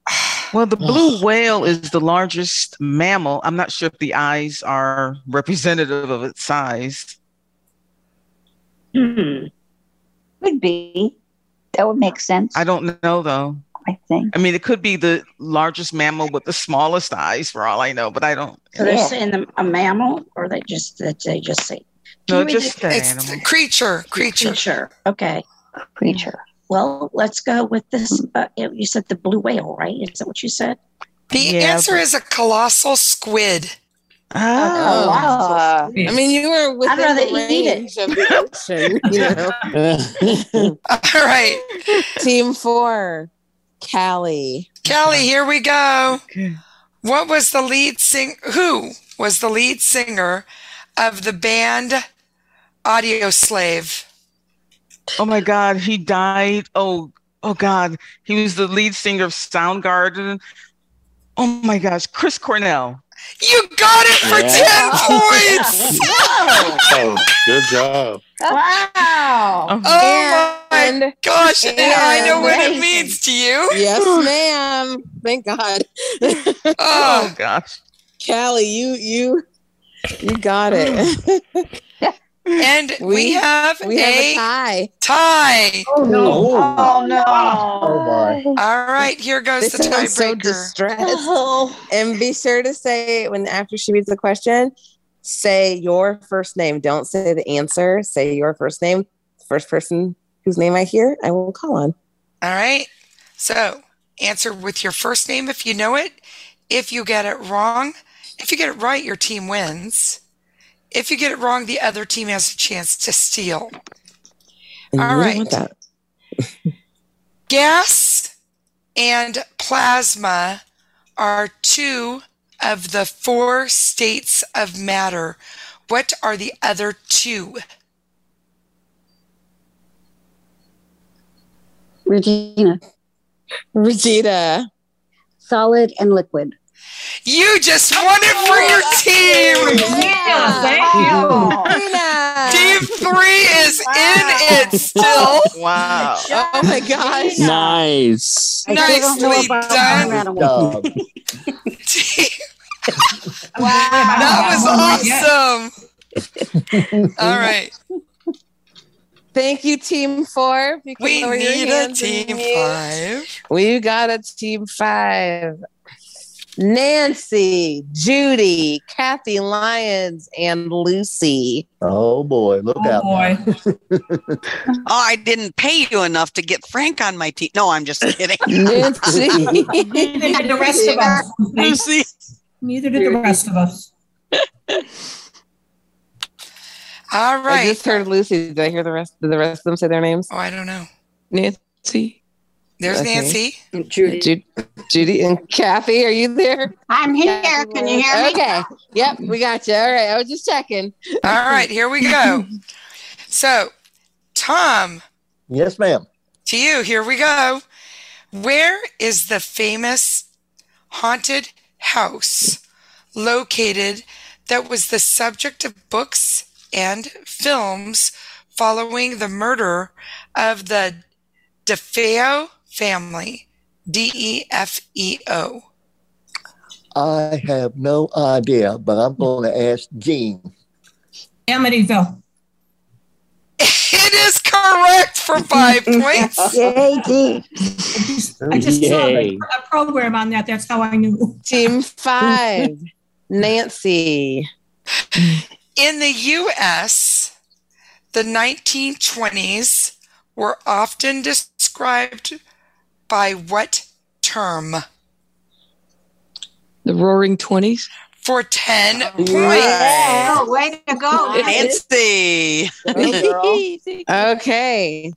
Speaker 19: Well, the blue whale is the largest mammal. I'm not sure if the eyes are representative of its size.
Speaker 18: Hmm. Could be. That would make sense.
Speaker 19: I don't know though.
Speaker 18: I think.
Speaker 19: I mean, it could be the largest mammal with the smallest eyes, for all I know, but I don't.
Speaker 18: So they're saying the, a mammal, or they just that they just say.
Speaker 19: No,
Speaker 18: Can you read
Speaker 19: just
Speaker 18: the-
Speaker 19: an
Speaker 18: it's-
Speaker 19: animal.
Speaker 5: Creature, creature.
Speaker 18: Creature. Okay. Creature. Well, let's go with this. Uh, you said the blue whale, right? Is that what you said?
Speaker 5: The answer is a colossal squid.
Speaker 18: Oh.
Speaker 5: I mean, you were
Speaker 18: I'd rather eat it.
Speaker 5: All right.
Speaker 4: Team four, Callie.
Speaker 5: Kelly, here we go. What was the lead sing? Who was the lead singer of the band Audio Slave?
Speaker 19: Oh my God, he died. Oh, oh God, he was the lead singer of Soundgarden. Oh my gosh, Chris Cornell.
Speaker 5: You got it for
Speaker 19: Yeah.
Speaker 5: 10 points.
Speaker 17: Oh, good job.
Speaker 18: Wow.
Speaker 5: Oh my gosh, and, I know what it means to you.
Speaker 4: Yes, ma'am. Thank God.
Speaker 5: oh
Speaker 19: gosh.
Speaker 4: Callie, you you you got it.
Speaker 5: Hmm. And we, have
Speaker 4: we have a tie.
Speaker 5: Tie.
Speaker 4: Oh no.
Speaker 18: Oh no.
Speaker 5: All right, here
Speaker 4: They
Speaker 5: goes the
Speaker 4: sound so
Speaker 5: tiebreaker.
Speaker 4: distressed. And be sure to say when after she reads the question, say your first name. Don't say the answer. Say your first name. First person whose name I hear, I will call on.
Speaker 5: All right. So answer with your first name if you know it. If you get it wrong, if you get it right, your team wins. If you get it wrong, the other team has a chance to steal.
Speaker 4: And
Speaker 5: All
Speaker 4: we don't
Speaker 5: right.
Speaker 4: want that.
Speaker 5: Gas and plasma are two of the four states of matter. What are the other two?
Speaker 8: Regina.
Speaker 4: Regina.
Speaker 8: Solid and liquid.
Speaker 5: You just won it for your team. Team three is in it still.
Speaker 19: Wow.
Speaker 4: Oh my gosh.
Speaker 14: Nice.
Speaker 5: Nicely done.
Speaker 14: Job.
Speaker 5: That was awesome. All right.
Speaker 4: Thank you, Team Four. You can
Speaker 5: We
Speaker 4: lower your
Speaker 5: need a
Speaker 4: hands and
Speaker 5: team
Speaker 4: mute.
Speaker 5: five.
Speaker 4: We got a team five. Nancy, Judy, Kathy Lyons, and Lucy.
Speaker 15: Oh boy, look out.
Speaker 20: Oh, I didn't pay you enough to get Frank on my team. No, I'm just kidding.
Speaker 4: Nancy.
Speaker 12: Neither did the rest of us.
Speaker 20: Lucy.
Speaker 12: Neither did the rest of us.
Speaker 5: All right.
Speaker 4: I just heard Lucy. Did I hear the rest? Did the rest of them say their names?
Speaker 5: Oh, I don't know.
Speaker 4: Nancy.
Speaker 5: There's
Speaker 4: Okay.
Speaker 5: Nancy.
Speaker 4: Judy. Judy, and Kathy, are you there?
Speaker 18: I'm here. Can you hear me?
Speaker 4: Okay. Yep, we got you. All right. I was just checking.
Speaker 5: All right, here we go. So, Tom,
Speaker 15: Yes, ma'am.
Speaker 5: to you, here we go. Where is the famous haunted house located that was the subject of books and films following the murder of the DeFeo family? D E F E O.
Speaker 15: I have no idea, but I'm going to ask Gene.
Speaker 12: Amityville.
Speaker 5: It is correct for five points.
Speaker 12: I just saw
Speaker 15: Yay.
Speaker 12: a a program on that. That's how I knew.
Speaker 4: Team five. Nancy.
Speaker 5: In the US, the 1920s were often described by what term?
Speaker 21: The Roaring Twenties.
Speaker 5: For 10 points.
Speaker 18: Oh, way to go,
Speaker 20: Nancy.
Speaker 4: okay.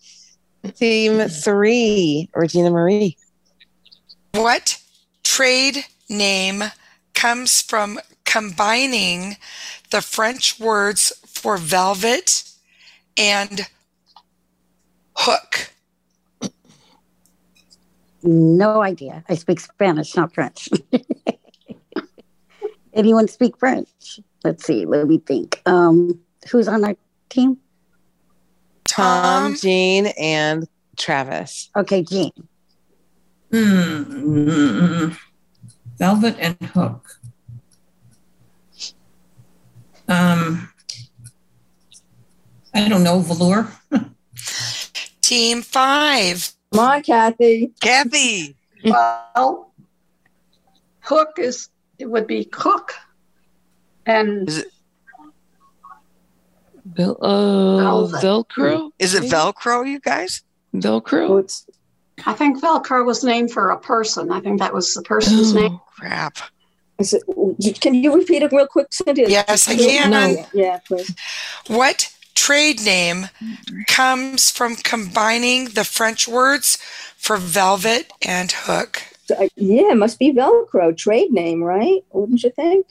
Speaker 4: Team three, Regina Marie.
Speaker 5: What trade name comes from combining the French words for velvet and hook?
Speaker 8: No idea. I speak Spanish, not French. Anyone speak French? Let's see. Let me think. Um, who's on our team?
Speaker 4: Tom, Jean, and Travis.
Speaker 8: Okay, Jean.
Speaker 12: Hmm. Velvet and Hook. Um, I don't know, velour.
Speaker 5: Team five.
Speaker 21: Come on, Kathy.
Speaker 5: Kathy.
Speaker 21: Well, Cook is, it would be Cook. And
Speaker 22: Vel- uh, Velcro?
Speaker 20: Is it Velcro, you guys?
Speaker 4: Oh,
Speaker 22: Velcro?
Speaker 21: I think Velcro was named for a person. I think that was the person's name.
Speaker 20: Crap.
Speaker 21: Is it, can you repeat it real quick, Cynthia?
Speaker 5: Yes, I can. No.
Speaker 21: Yeah, please.
Speaker 5: What trade name comes from combining the French words for velvet and hook?
Speaker 21: Uh, Yeah, it must be Velcro trade name, right? Wouldn't you think?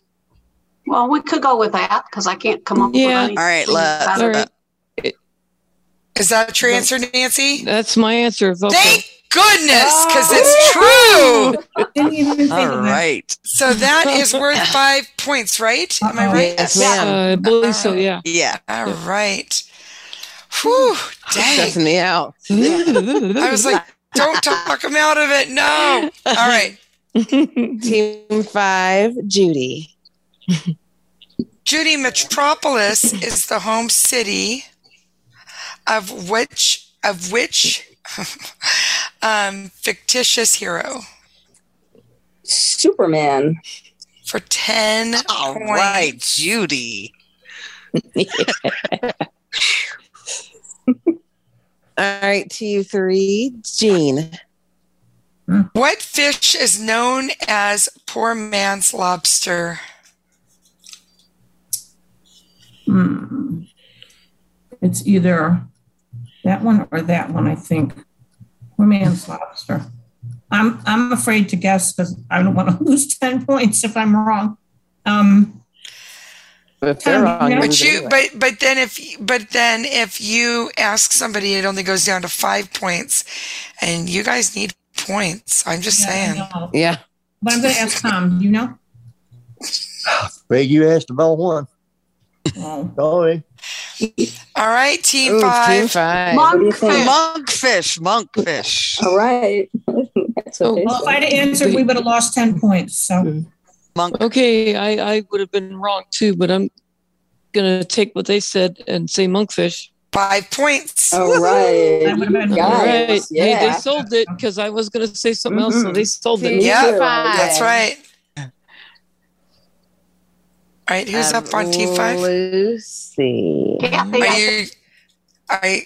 Speaker 21: Well, we could go with that because I can't come up
Speaker 22: Yeah.
Speaker 21: with any.
Speaker 22: All right, let's-
Speaker 21: better.
Speaker 22: all right.
Speaker 5: Is that your answer, Nancy?
Speaker 22: That's my answer. Velcro.
Speaker 5: Thank goodness, because it's true.
Speaker 12: Oh! Didn't even think
Speaker 22: All
Speaker 12: of that.
Speaker 20: right.
Speaker 5: So that is worth five points, right? Am I right?
Speaker 22: Yes, ma'am. Uh, I believe so, yeah.
Speaker 20: Yeah.
Speaker 5: All right. Whew, dang.
Speaker 4: Stressing me out.
Speaker 5: I
Speaker 22: I
Speaker 5: was like, don't talk him out of it. No. All right.
Speaker 4: Team five, Judy.
Speaker 5: Judy, Metropolis is the home city of which of which um, fictitious hero
Speaker 21: Superman.
Speaker 5: for ten
Speaker 20: All
Speaker 5: points.
Speaker 20: right, Judy.
Speaker 4: All right, team three, Jean.
Speaker 5: What fish is known as poor man's lobster?
Speaker 12: Hmm. It's either that one or that one, I think. Poor man's lobster. I'm I'm afraid to guess because I don't want to lose ten points if I'm wrong. Um,
Speaker 4: If they're wrong, you
Speaker 5: But
Speaker 4: lose
Speaker 5: you,
Speaker 4: anyway.
Speaker 5: but but then if but then if you ask somebody, it only goes down to five points, and you guys need points. I'm just
Speaker 12: I
Speaker 5: saying.
Speaker 12: know.
Speaker 4: Yeah.
Speaker 12: But I'm going to ask Tom. Do you know?
Speaker 15: Well, you asked about one.
Speaker 12: Oh.
Speaker 15: Sorry.
Speaker 5: All right, team
Speaker 4: Ooh,
Speaker 5: five.
Speaker 4: team five.
Speaker 20: Monkfish. Monkfish.
Speaker 21: All right. That's
Speaker 22: Oh,
Speaker 21: what they
Speaker 12: Well, if
Speaker 21: said.
Speaker 12: I'd have answered, we would have lost ten points. So
Speaker 20: Monk.
Speaker 22: Okay, I, I would have been wrong too, but I'm gonna take what they said and say monkfish.
Speaker 5: Five points.
Speaker 21: All
Speaker 12: I would have
Speaker 21: right.
Speaker 12: been
Speaker 22: All right.
Speaker 21: Guys,
Speaker 22: Hey, they
Speaker 21: yeah.
Speaker 22: sold it because I was gonna say something else, so
Speaker 4: Mm-hmm.
Speaker 21: Mhm.
Speaker 22: they sold it.
Speaker 5: Yeah,
Speaker 21: Zero.
Speaker 5: that's right. All right, who's
Speaker 4: Um,
Speaker 5: up on team five?
Speaker 4: Lucy.
Speaker 21: Kathy,
Speaker 5: Are
Speaker 21: I
Speaker 5: you? I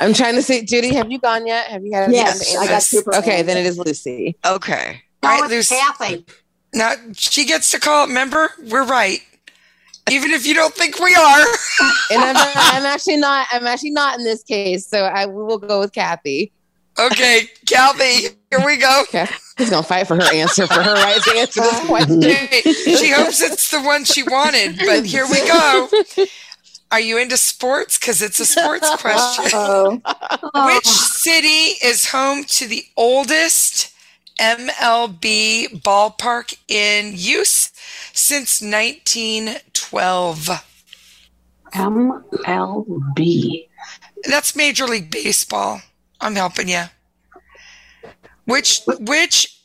Speaker 4: I'm trying to see, Judy, have you gone yet? Have you had a
Speaker 21: Yes,
Speaker 4: chance to
Speaker 21: I got
Speaker 4: answer?
Speaker 21: Superman.
Speaker 4: Okay, then it is Lucy.
Speaker 20: Okay.
Speaker 5: all right,
Speaker 21: call it
Speaker 5: Lucy.
Speaker 21: Kathy.
Speaker 5: Now she gets to call it. Remember, we're right, even if you don't think we are.
Speaker 4: And I'm, not- I'm actually not. I'm actually not in this case, so I we will go with Kathy.
Speaker 5: Okay, Kathy, here we go.
Speaker 4: Kathy's gonna fight for her answer for her right to answer this question.
Speaker 5: Hey, she hopes it's the one she wanted, but here we go. Are you into sports? Because it's a sports question.
Speaker 21: Uh-oh.
Speaker 5: Which city is home to the oldest MLB ballpark in use since 1912?
Speaker 21: MLB.
Speaker 5: That's Major League Baseball. I'm helping you. Which which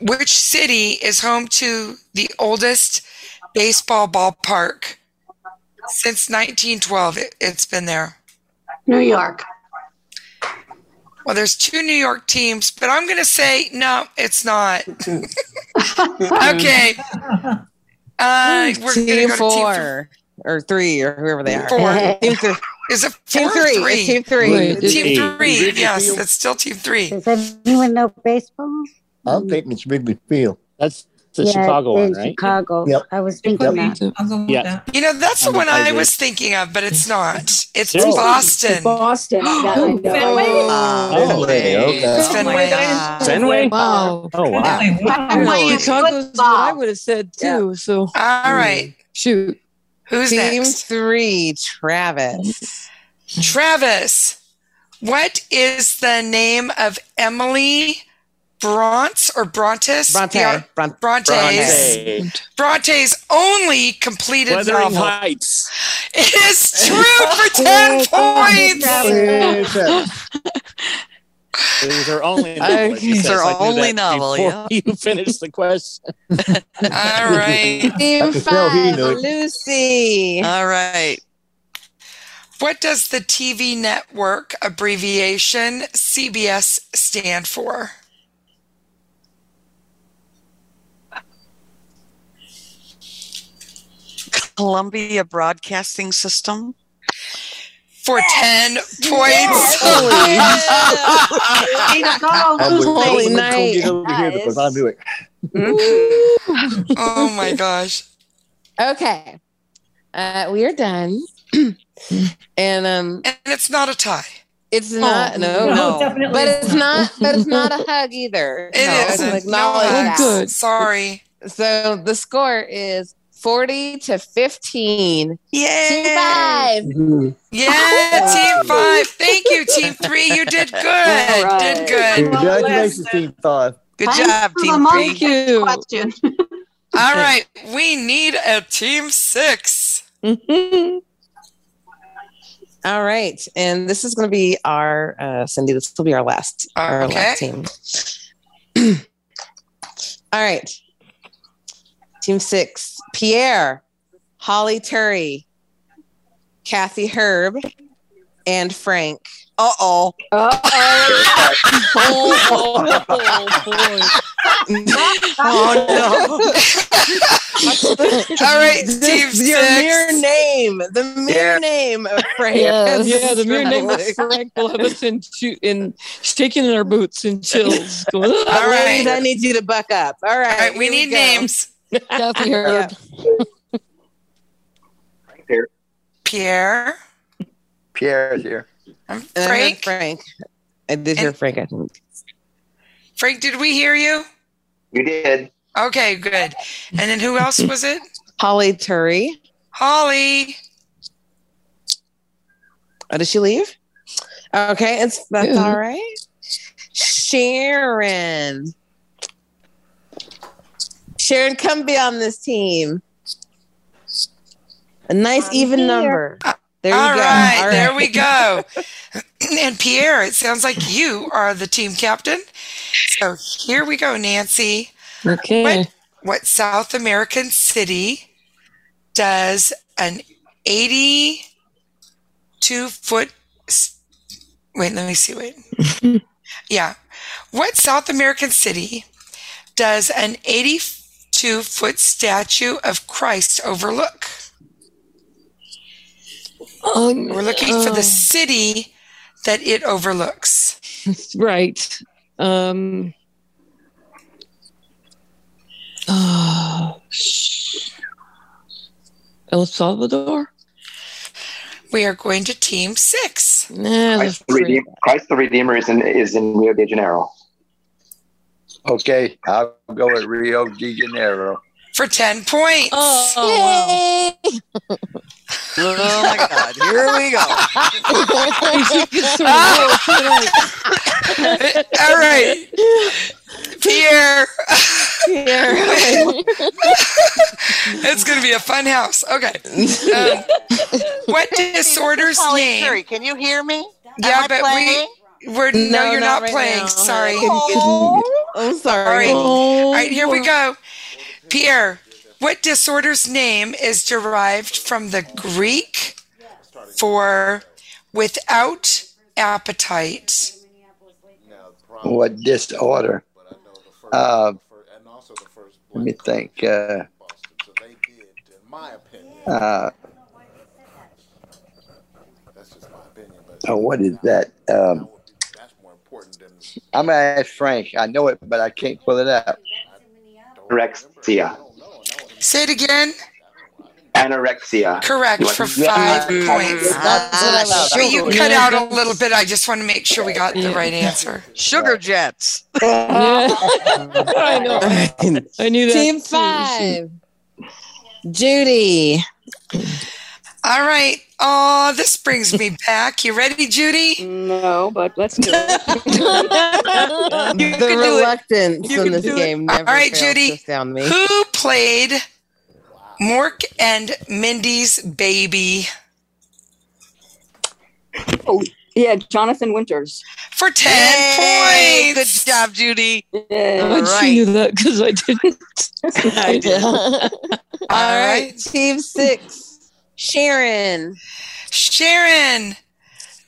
Speaker 5: which city is home to the oldest baseball ballpark since 1912? It, it's been there.
Speaker 21: New York.
Speaker 5: Well, there's two New York teams, but I'm going to say no, it's not. okay. Uh, we're going to
Speaker 4: team
Speaker 5: go to
Speaker 4: four
Speaker 5: team
Speaker 4: or three or whoever they are.
Speaker 5: Four.
Speaker 4: Team three.
Speaker 5: Is it four
Speaker 4: Team
Speaker 5: or
Speaker 4: three.
Speaker 5: three?
Speaker 4: It's team three.
Speaker 22: Right.
Speaker 5: Team
Speaker 15: Team
Speaker 5: three. Yes, it's still team three.
Speaker 8: Does anyone know baseball?
Speaker 15: I'm thinking it's Wrigley Field.
Speaker 14: That's the
Speaker 8: Mm. Yeah,
Speaker 14: Chicago
Speaker 8: it
Speaker 14: one,
Speaker 8: is
Speaker 14: right?
Speaker 8: Chicago.
Speaker 15: Yep.
Speaker 8: I was
Speaker 12: it could
Speaker 8: thinking that.
Speaker 12: be. I'll go with
Speaker 14: Yeah.
Speaker 12: that.
Speaker 5: You know, that's the
Speaker 14: I'm-
Speaker 5: one
Speaker 14: I
Speaker 5: I,
Speaker 14: agree.
Speaker 5: was thinking of, but it's not. It's
Speaker 14: Seriously?
Speaker 5: Boston.
Speaker 21: Boston. That I know.
Speaker 12: Fenway?
Speaker 4: Uh,
Speaker 14: Fenway, okay.
Speaker 5: Fenway.
Speaker 14: Fenway?
Speaker 22: Wow.
Speaker 14: Oh, wow.
Speaker 12: Fenway, wow.
Speaker 21: Fenway is
Speaker 22: Chicago's what I
Speaker 21: football.
Speaker 22: would have said too, so
Speaker 4: Hmm.
Speaker 5: All right.
Speaker 22: shoot.
Speaker 5: Who's
Speaker 4: Team
Speaker 5: next?
Speaker 4: three, Travis.
Speaker 5: Travis. What is the name of Emily Bronce or Brontes?
Speaker 4: Bronte.
Speaker 5: Yeah,
Speaker 4: Bron-
Speaker 5: Bronte's. Bronte's only completed
Speaker 1: Wuthering
Speaker 5: novel.
Speaker 1: Heights.
Speaker 5: It is true for 10 points.
Speaker 1: It was her only novel.
Speaker 4: Okay.
Speaker 1: She says,
Speaker 4: It's her
Speaker 1: "I knew
Speaker 4: only
Speaker 1: that
Speaker 4: novel,
Speaker 1: before You finished the question.
Speaker 5: All right.
Speaker 4: Team five, Lucy.
Speaker 5: All right. What does the TV network abbreviation CBS stand for?
Speaker 20: Columbia Broadcasting System.
Speaker 5: For 10 points.
Speaker 15: I was
Speaker 5: Oh, Holy
Speaker 15: totally told you
Speaker 5: night.
Speaker 15: over here because I knew it.
Speaker 5: Oh my gosh.
Speaker 4: Okay. Uh, we are done. and um
Speaker 5: and it's not a tie.
Speaker 4: It's not no,
Speaker 5: no,
Speaker 4: no.
Speaker 5: definitely
Speaker 4: But it's
Speaker 5: isn't.
Speaker 4: not but it's not a hug either.
Speaker 5: It
Speaker 4: no,
Speaker 5: isn't.
Speaker 4: Acknowledge
Speaker 5: No
Speaker 4: that.
Speaker 5: hugs. Good. Sorry.
Speaker 4: So the score is 40 to 15. Yay! Team 5.
Speaker 5: Yeah, team five. Thank you, team three. You did good. Did good.
Speaker 15: Congratulations, Team Five.
Speaker 20: Good
Speaker 5: Thanks
Speaker 20: job,
Speaker 5: for the
Speaker 20: Team Three.
Speaker 5: monkey
Speaker 20: Question.
Speaker 5: All right. We need a team six.
Speaker 4: Mm-hmm. All right. And this is going to be our, uh, Cindy, this will be our last, our last team. All right. Team six Pierre, Holly Turry, Kathy Herb, and Frank.
Speaker 20: Uh oh.
Speaker 4: Uh
Speaker 2: Oh,
Speaker 4: All right, Team Your mere name, the mere
Speaker 22: Yeah.
Speaker 4: name of Frank.
Speaker 22: Yeah, the mere name of Frank will have us in, two, in shaking in our boots and chills. All
Speaker 4: Ladies, I need you to buck up. All right.
Speaker 5: All right, we
Speaker 4: here
Speaker 5: need
Speaker 4: go.
Speaker 5: names.
Speaker 22: Kathy Herb.
Speaker 5: Pierre.
Speaker 15: Pierre is here.
Speaker 4: And I heard
Speaker 5: Frank?
Speaker 4: Uh, Frank. I did hear Frank, I think.
Speaker 5: Frank, did we hear you?
Speaker 3: You did.
Speaker 5: Okay, good. And then who else was it?
Speaker 4: Holly Turry.
Speaker 5: Holly.
Speaker 4: Oh, did she leave? Okay, it's that's all right. Sharon. Sharon, come be on this team. A nice even
Speaker 5: here.
Speaker 4: number. There you
Speaker 5: All
Speaker 4: go.
Speaker 5: right,
Speaker 4: All
Speaker 5: there
Speaker 4: right.
Speaker 5: we go. and Pierre, it sounds like you are the team captain. So here we go, Nancy.
Speaker 22: Okay.
Speaker 5: What South American city does an 82 foot? s- Wait, let me see. Wait. yeah. What South American city does an 82 foot statue of Christ overlook?
Speaker 4: Um,
Speaker 5: We're looking for the city that it overlooks.
Speaker 22: Right. Um, uh, El Salvador?
Speaker 5: We are going to team six.
Speaker 3: Christ the, Redeem- Christ the Redeemer is in, is in Rio de Janeiro.
Speaker 15: Okay, I'll go with Rio de Janeiro.
Speaker 5: For 10 points.
Speaker 22: Oh,
Speaker 20: oh my God. Here we
Speaker 22: go.
Speaker 5: All right. Pierre.
Speaker 4: Pierre.
Speaker 5: it's going to be a fun house. Okay. Um, what disorder's
Speaker 23: Holly
Speaker 5: name?
Speaker 23: Curry, can you hear me?
Speaker 5: Yeah,
Speaker 23: I
Speaker 5: but
Speaker 23: playing?
Speaker 5: we, we're, no,
Speaker 4: No,
Speaker 5: you're
Speaker 4: not right
Speaker 5: not, playing.
Speaker 4: now.
Speaker 5: Sorry.
Speaker 4: I'm
Speaker 5: All
Speaker 4: sorry.
Speaker 5: right. All right, here
Speaker 4: Oh.
Speaker 5: we go. Pierre, what disorder's name is derived from the Greek for without appetite?
Speaker 15: What disorder? Uh, let me think. Uh, uh, oh, what is that? Um, I'm gonna ask Frank. I know it, but I can't pull it up.
Speaker 3: Anorexia.
Speaker 5: Say it again.
Speaker 3: Anorexia.
Speaker 5: Correct for
Speaker 3: Yeah.
Speaker 5: five
Speaker 1: Mm-hmm.
Speaker 5: points.
Speaker 1: Ah,
Speaker 5: But you cut out a little bit. I just want to make sure we got the right answer.
Speaker 20: Sugar jets.
Speaker 22: I
Speaker 4: know.
Speaker 22: I knew that.
Speaker 4: Team
Speaker 22: too.
Speaker 4: five. Judy.
Speaker 5: All right. Oh, this brings me back. You ready, Judy? No, but let's do it. you
Speaker 4: the
Speaker 5: can do it.
Speaker 4: reluctance
Speaker 5: You
Speaker 4: in
Speaker 5: can
Speaker 4: this
Speaker 5: do it.
Speaker 4: game never
Speaker 5: All right,
Speaker 4: fails
Speaker 5: Judy.
Speaker 4: to astound me.
Speaker 5: Who played Mork and Mindy's baby
Speaker 21: Oh, yeah, Jonathan Winters.
Speaker 5: for 10 points? Good job, Judy.
Speaker 21: Yeah.
Speaker 22: I knew that because I didn't. I
Speaker 4: All right, team six. Sharon.
Speaker 5: Sharon,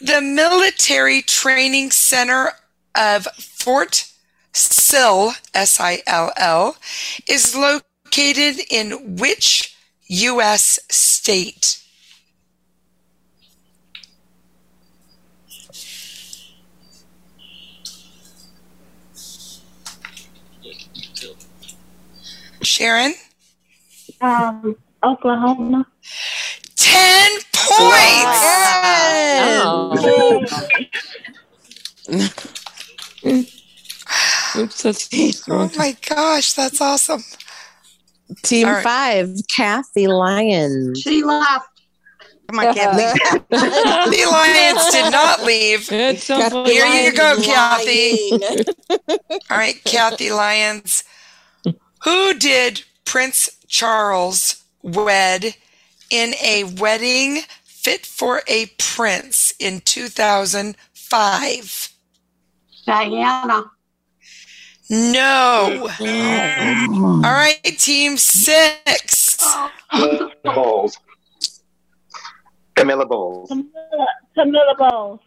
Speaker 5: the Military Training Center of Fort Sill, S I L L, is located in which U.S. state? Sharon?
Speaker 18: Um, Oklahoma.
Speaker 5: 10 points.
Speaker 22: Oops, that's
Speaker 5: Oh my gosh, that's awesome.
Speaker 4: Team
Speaker 5: All right.
Speaker 4: five, Cassie Lyons.
Speaker 5: She
Speaker 21: left.
Speaker 5: Come on, Kathy. the Lions did not leave.
Speaker 4: sounds like
Speaker 5: Here you go,
Speaker 4: lying.
Speaker 5: Kathy. All right, Kathy Lyons. Who did Prince Charles wed in a wedding fit for a prince in 2005?
Speaker 21: Diana.
Speaker 5: No. All right, team six.
Speaker 21: Oh.
Speaker 3: Bowles. Camilla Bowles.
Speaker 16: Camilla Bowles.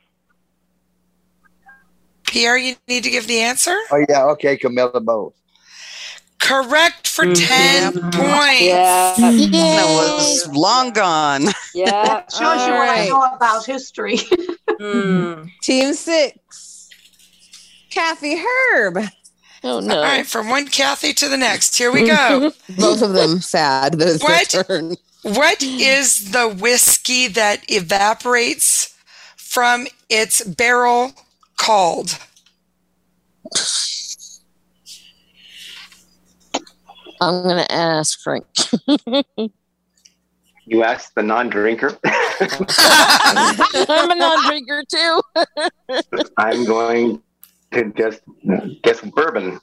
Speaker 5: Pierre, you need to give the answer?
Speaker 15: Oh yeah, okay, Camilla Bowles.
Speaker 5: Correct for 10 points.
Speaker 21: Yeah.
Speaker 20: That was long gone.
Speaker 21: Yeah. Shows you what I know about history.
Speaker 4: Team six, Kathy Herb.
Speaker 22: Oh
Speaker 5: All right, from one Kathy to the next. Here we go.
Speaker 4: Both of them sad. That it's
Speaker 5: What?
Speaker 4: their turn.
Speaker 5: what is the whiskey that evaporates from its barrel called?
Speaker 22: I'm gonna ask Frank.
Speaker 3: You asked the non-drinker.
Speaker 22: I'm a non-drinker too.
Speaker 3: I'm going to just guess bourbon.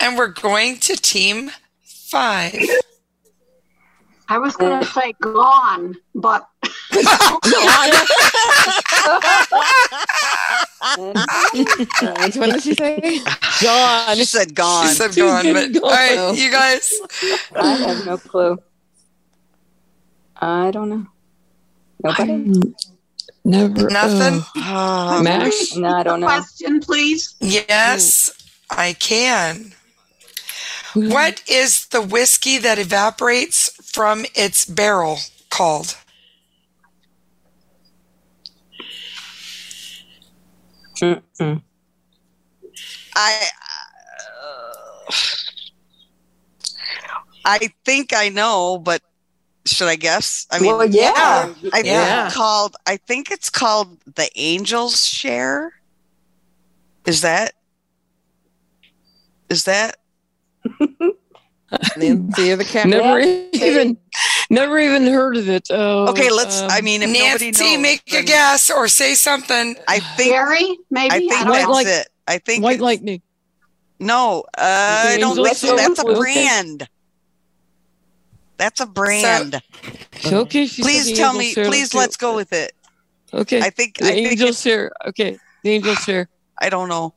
Speaker 5: And we're going to team five.
Speaker 21: I was going to say gone, but.
Speaker 4: Which one did she say?
Speaker 20: Gone. She said gone.
Speaker 5: She said gone, but all right, you guys.
Speaker 21: I have no clue. I don't know. Nobody?
Speaker 22: Never. Oh.
Speaker 5: Nothing?
Speaker 22: Max?
Speaker 21: No, I don't know.
Speaker 5: Question, please. Yes, I can. What is the whiskey that evaporates from its barrel called?
Speaker 20: I I think I know, but should I guess? I mean,
Speaker 21: Well, yeah.
Speaker 20: I think
Speaker 21: Yeah.
Speaker 20: it's called. I think it's called the Angels Share. Is that? Is that?
Speaker 4: Nancy or the cat?
Speaker 22: Never even, never even heard of it. Oh,
Speaker 20: Okay, let's- I
Speaker 22: um,
Speaker 20: mean, if nobody
Speaker 5: Nancy, make a guess or say something.
Speaker 20: I think
Speaker 21: Gary, maybe.
Speaker 20: I think
Speaker 22: White
Speaker 20: that's
Speaker 22: light-
Speaker 20: it. I think
Speaker 22: White Lightning.
Speaker 20: no. Uh, I don't
Speaker 22: Angels
Speaker 20: think so.
Speaker 22: Share?
Speaker 20: That's a
Speaker 22: Okay.
Speaker 20: brand. That's a brand.
Speaker 22: Okay, she said
Speaker 20: please
Speaker 22: the
Speaker 20: tell
Speaker 22: Angels
Speaker 20: me.
Speaker 22: Share, let's
Speaker 20: Please,
Speaker 22: do
Speaker 20: let's
Speaker 22: it.
Speaker 20: go with it.
Speaker 22: Okay,
Speaker 20: I think.
Speaker 22: the
Speaker 20: I think
Speaker 22: angels share. Okay, the angels share.
Speaker 20: I don't know.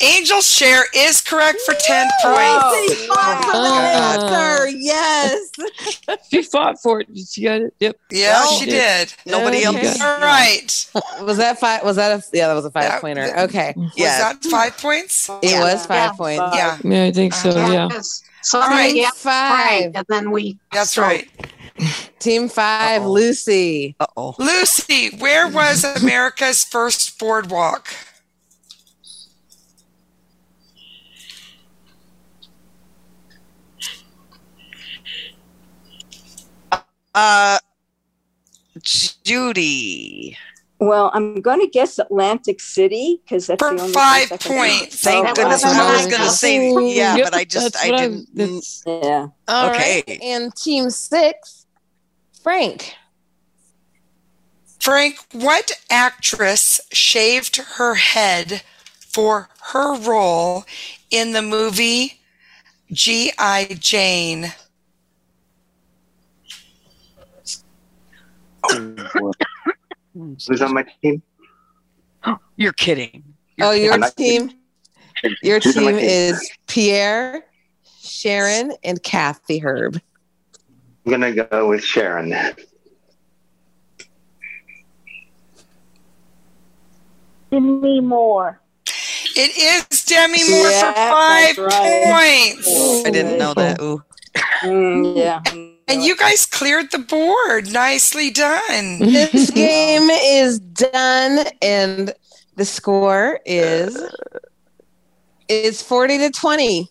Speaker 5: Angel share is correct for 10 points.
Speaker 4: Sir, yes.
Speaker 22: She fought for it. She got it. Yep.
Speaker 5: Yeah,
Speaker 22: Well,
Speaker 5: she did.
Speaker 22: Yeah, she got it.
Speaker 5: All right.
Speaker 4: Was that five? Was that a? Yeah, that was a five pointer. Okay.
Speaker 5: Was that five points?
Speaker 4: It was five points.
Speaker 5: Yeah.
Speaker 22: Yeah, I think so.
Speaker 5: Uh-huh.
Speaker 22: Yeah.
Speaker 21: So
Speaker 5: All right.
Speaker 21: yeah,
Speaker 4: Five.
Speaker 21: and then we.
Speaker 5: That's right.
Speaker 4: Team 5 Lucy.
Speaker 20: Uh oh.
Speaker 5: Lucy, where was America's first boardwalk?
Speaker 20: Uh, Judy.
Speaker 21: Well, I'm going to guess Atlantic City because that's the only
Speaker 5: five
Speaker 21: place I can-
Speaker 5: points.
Speaker 20: Thank
Speaker 21: That
Speaker 20: goodness.
Speaker 21: would've been
Speaker 20: I was
Speaker 21: nice.
Speaker 20: going to say, yeah,
Speaker 22: Yep,
Speaker 20: but I just,
Speaker 22: that's
Speaker 20: I
Speaker 22: what I-
Speaker 20: didn't.
Speaker 22: that's-
Speaker 21: Yeah.
Speaker 4: All right.
Speaker 20: okay.
Speaker 4: And team six, Frank.
Speaker 5: Frank, what actress shaved her head for her role in the movie G.I. Jane?
Speaker 3: Who's on my team?
Speaker 6: You're kidding.
Speaker 4: oh, your
Speaker 3: I'm not-
Speaker 4: team. Your
Speaker 3: Who's on my
Speaker 4: team is Pierre, Sharon, and Kathy Herb.
Speaker 3: I'm gonna go with Sharon.
Speaker 10: Demi Moore.
Speaker 5: It is Demi Moore for five points.
Speaker 6: I didn't know that. Ooh.
Speaker 5: yeah. And you guys cleared the board. Nicely done.
Speaker 4: This game is done, and the score is is forty to twenty.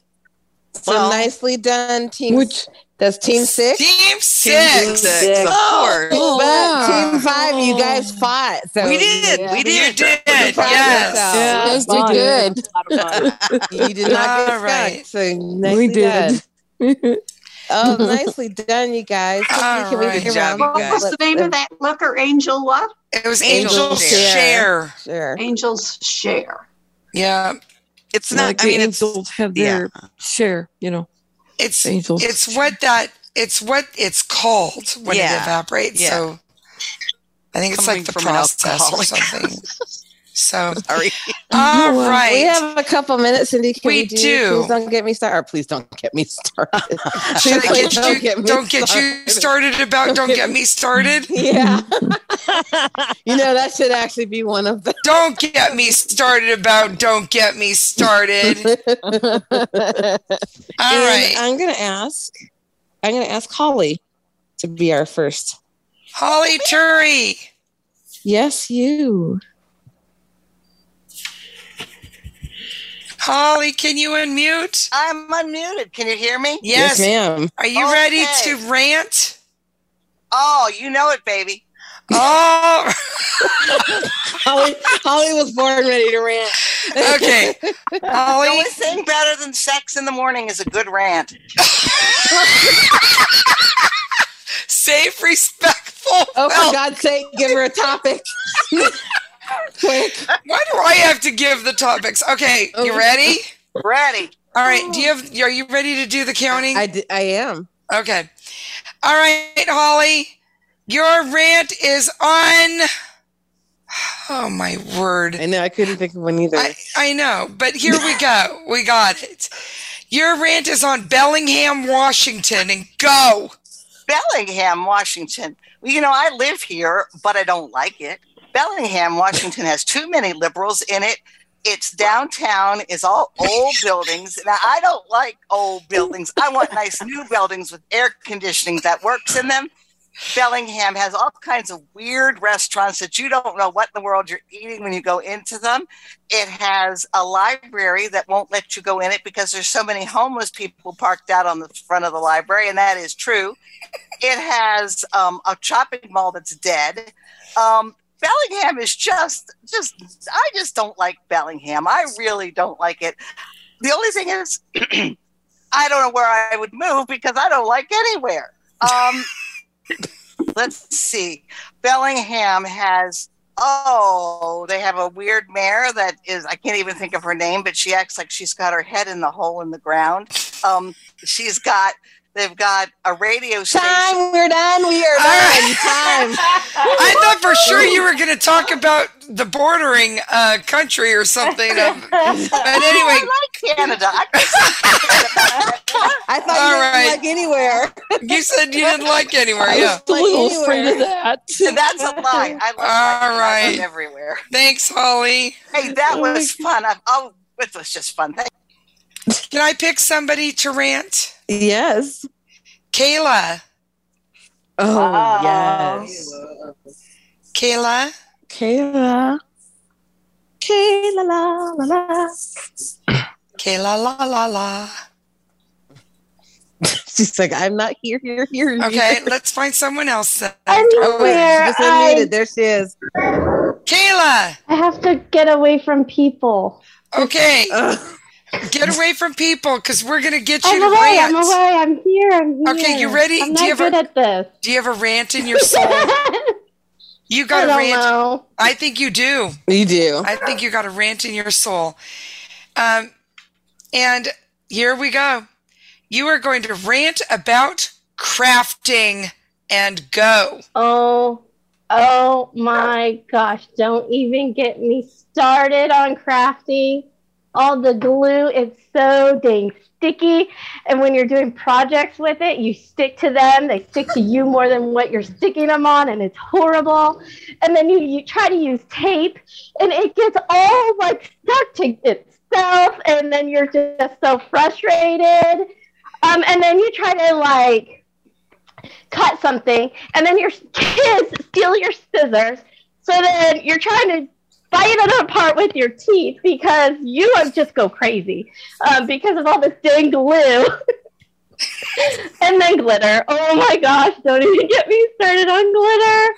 Speaker 4: So nicely done, team. Which that's team six.
Speaker 5: Team six,
Speaker 6: of course.
Speaker 4: Oh, But team five, you guys fought. So
Speaker 6: Oh, We did,
Speaker 4: you-
Speaker 6: we
Speaker 4: you
Speaker 6: did.
Speaker 4: did.
Speaker 6: Yes.
Speaker 4: Yes,
Speaker 6: we did.
Speaker 4: you did not get stuck.
Speaker 5: right.
Speaker 4: So nicely
Speaker 22: did.
Speaker 4: done. oh, nicely done, you guys. Hopefully, can we
Speaker 5: right.
Speaker 4: get
Speaker 5: Good job,
Speaker 4: around?
Speaker 5: you guys. What was
Speaker 4: Let's-
Speaker 5: the
Speaker 21: name of that liquor, Angel what?
Speaker 5: It was
Speaker 21: Angel
Speaker 5: Angel's Share.
Speaker 4: Share.
Speaker 21: Angel's Share.
Speaker 5: Yeah.
Speaker 6: It's
Speaker 22: not. Like
Speaker 6: I mean,
Speaker 22: the
Speaker 6: it's-
Speaker 22: angels have their share. You know,
Speaker 5: it's
Speaker 22: angels.
Speaker 5: It's what that it's what it's called when it
Speaker 22: Yeah.
Speaker 5: evaporates.
Speaker 22: Yeah.
Speaker 5: So I think it's
Speaker 6: Coming
Speaker 5: like the
Speaker 6: from an
Speaker 5: process or
Speaker 6: alcoholic.
Speaker 5: something. so
Speaker 6: sorry.
Speaker 5: All
Speaker 22: uh,
Speaker 4: Well,
Speaker 5: right.
Speaker 4: We have a couple minutes, Cindy. Can we,
Speaker 5: We do.
Speaker 4: Please don't get me started. Or please don't get me started.
Speaker 5: Should
Speaker 4: Please
Speaker 5: I get
Speaker 4: don't
Speaker 5: you?
Speaker 4: get me
Speaker 5: don't get you started about. Don't get me started.
Speaker 4: Yeah. you know that should actually be one of the.
Speaker 5: Don't get me started about. Don't get me started. All
Speaker 4: And
Speaker 5: right.
Speaker 4: I'm gonna ask. I'm gonna ask Holly to be our first.
Speaker 5: Holly Turry.
Speaker 4: Yes, you.
Speaker 5: Holly, can you unmute?
Speaker 7: I'm unmuted. Can you hear me?
Speaker 5: Yes,
Speaker 4: ma'am.
Speaker 5: Are you ready to rant?
Speaker 7: Oh, you know it, baby.
Speaker 5: Oh,
Speaker 4: Holly, Holly was born ready to rant.
Speaker 5: Okay.
Speaker 7: The only thing better than sex in the morning is a good rant.
Speaker 5: safe, respectful.
Speaker 4: Oh, for God's sake, give her a topic. Quick. Oh.
Speaker 5: Why do I have to give the topics? Okay, you ready?
Speaker 7: Ready.
Speaker 5: All right. Do you have? Are you ready to do the counting?
Speaker 4: I, d- I am.
Speaker 5: Okay. All right, Holly. Your rant is on. Oh my word! I
Speaker 4: know I couldn't think of one either.
Speaker 5: I, I know, but here we go. we got it. Your rant is on Bellingham, Washington, and go.
Speaker 7: Bellingham, Washington. Well, you know, I live here, but I don't like it. Bellingham, Washington has too many liberals in it. It's downtown, is all old buildings. Now, I don't like old buildings. I want nice new buildings with air conditioning that works in them. Bellingham has all kinds of weird restaurants that you don't know what in the world you're eating when you go into them. It has a library that won't let you go in it because there's so many homeless people parked out on the front of the library, and that is true. It has um, a shopping mall that's dead. Um, Bellingham is just, just, I just don't like Bellingham. I really don't like it. The only thing is, I don't know where I would move because I don't like anywhere. Um, let's see. Bellingham has oh, they have a weird mare that is I can't even think of her name, but she acts like she's got her head in the hole in the ground. Um, she's got they've got a radio station.
Speaker 4: Time, we're done. We are done. Time.
Speaker 5: I thought for sure you were going to talk about the bordering uh, country or something. Um, but anyway,
Speaker 7: I like Canada. I
Speaker 4: I thought
Speaker 5: All
Speaker 4: you didn't
Speaker 5: right.
Speaker 4: like anywhere.
Speaker 5: you said you didn't like anywhere.
Speaker 4: I
Speaker 5: Yeah.
Speaker 4: was a little afraid of
Speaker 22: that.
Speaker 7: That's a lie. I love
Speaker 5: All
Speaker 7: right.
Speaker 5: right.
Speaker 7: everywhere.
Speaker 5: Thanks, Holly.
Speaker 7: Hey, that was fun. I, oh, it was just fun. Thank
Speaker 5: Can I pick somebody to rant?
Speaker 4: Yes.
Speaker 5: Kayla.
Speaker 4: Oh,
Speaker 5: Oh.
Speaker 4: yes.
Speaker 5: Kayla.
Speaker 4: Kayla. Kayla la la la.
Speaker 5: Kayla la la la.
Speaker 4: She's like, I'm not here, here, here.
Speaker 5: Okay, let's find someone else. then.
Speaker 4: Oh, wait, she just
Speaker 16: I-
Speaker 4: unmuted. There she is.
Speaker 5: Kayla.
Speaker 4: Uh,
Speaker 16: I have to get away from people.
Speaker 5: Okay. Get away from people because we're going to get you
Speaker 16: I'm
Speaker 5: to
Speaker 16: away.
Speaker 5: rant.
Speaker 16: I'm away. I'm here. I'm here.
Speaker 5: Okay, you ready?
Speaker 16: I'm
Speaker 5: Do you
Speaker 16: not good
Speaker 5: ever-
Speaker 16: at this.
Speaker 5: Do you have a rant in your soul? you got
Speaker 16: I
Speaker 5: a
Speaker 16: don't
Speaker 5: rant.
Speaker 16: know.
Speaker 5: I think you do.
Speaker 4: You do.
Speaker 5: I think you got a rant in your soul. Um, and here we go. You are going to rant about crafting and go.
Speaker 16: Oh, oh my gosh. Don't even get me started on crafting. All the glue, it's so dang sticky. And when you're doing projects with it, you stick to them. They stick to you more than what you're sticking them on, and it's horrible. And then you, you try to use tape, and it gets all like stuck to itself. And then you're just so frustrated. Um, and then you try to like cut something, and then your kids steal your scissors. So then you're trying to bite it apart with your teeth because you would just go crazy um, because of all this dang glue and then glitter. Oh my gosh, don't even get me started on glitter.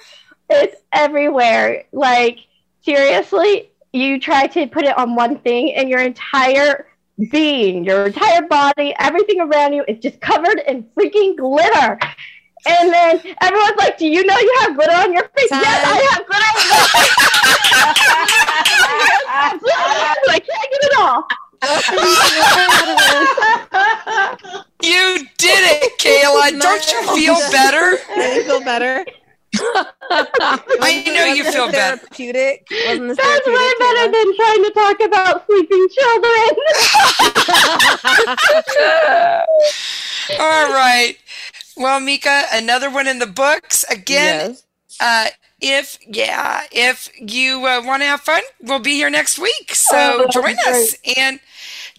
Speaker 16: It's everywhere. Like, seriously, you try to put it on one thing, and your entire being, your entire body, everything around you is just covered in freaking glitter. And then everyone's like, Do you know you have glitter on your face? Yes, I have glitter on my face. I can't get it off.
Speaker 5: You did it, Kayla. Don't you feel better?
Speaker 4: I feel better.
Speaker 5: I know you feel better.
Speaker 4: Therapeutic. Wasn't this
Speaker 16: That's way better than trying to talk about sleeping children.
Speaker 5: All right. Well, Mika, another one in the books. Again, uh, if, yeah, if you uh, want to have fun, we'll be here next week.
Speaker 2: Oh,
Speaker 5: So join us and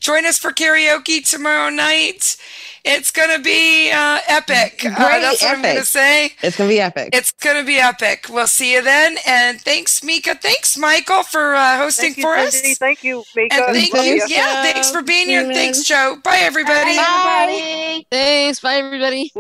Speaker 5: join us for karaoke tomorrow night. It's going to be uh, epic. Uh,
Speaker 4: Pretty
Speaker 5: that's what I'm going to
Speaker 4: epic.
Speaker 5: say.
Speaker 4: It's gonna be epic.
Speaker 5: It's going to be epic. We'll see you then. And thanks, Mika. Thanks, Michael, for uh, hosting
Speaker 11: Thank you,
Speaker 5: for
Speaker 11: Cindy.
Speaker 5: us.
Speaker 11: Thank you, Mika.
Speaker 5: And thank
Speaker 11: Thank
Speaker 5: you.
Speaker 11: you,
Speaker 5: Yeah,
Speaker 11: Joe.
Speaker 5: thanks for being here.
Speaker 11: Steven.
Speaker 5: Thanks, Joe. Bye, everybody.
Speaker 11: Bye, everybody.
Speaker 22: Thanks. Bye, everybody.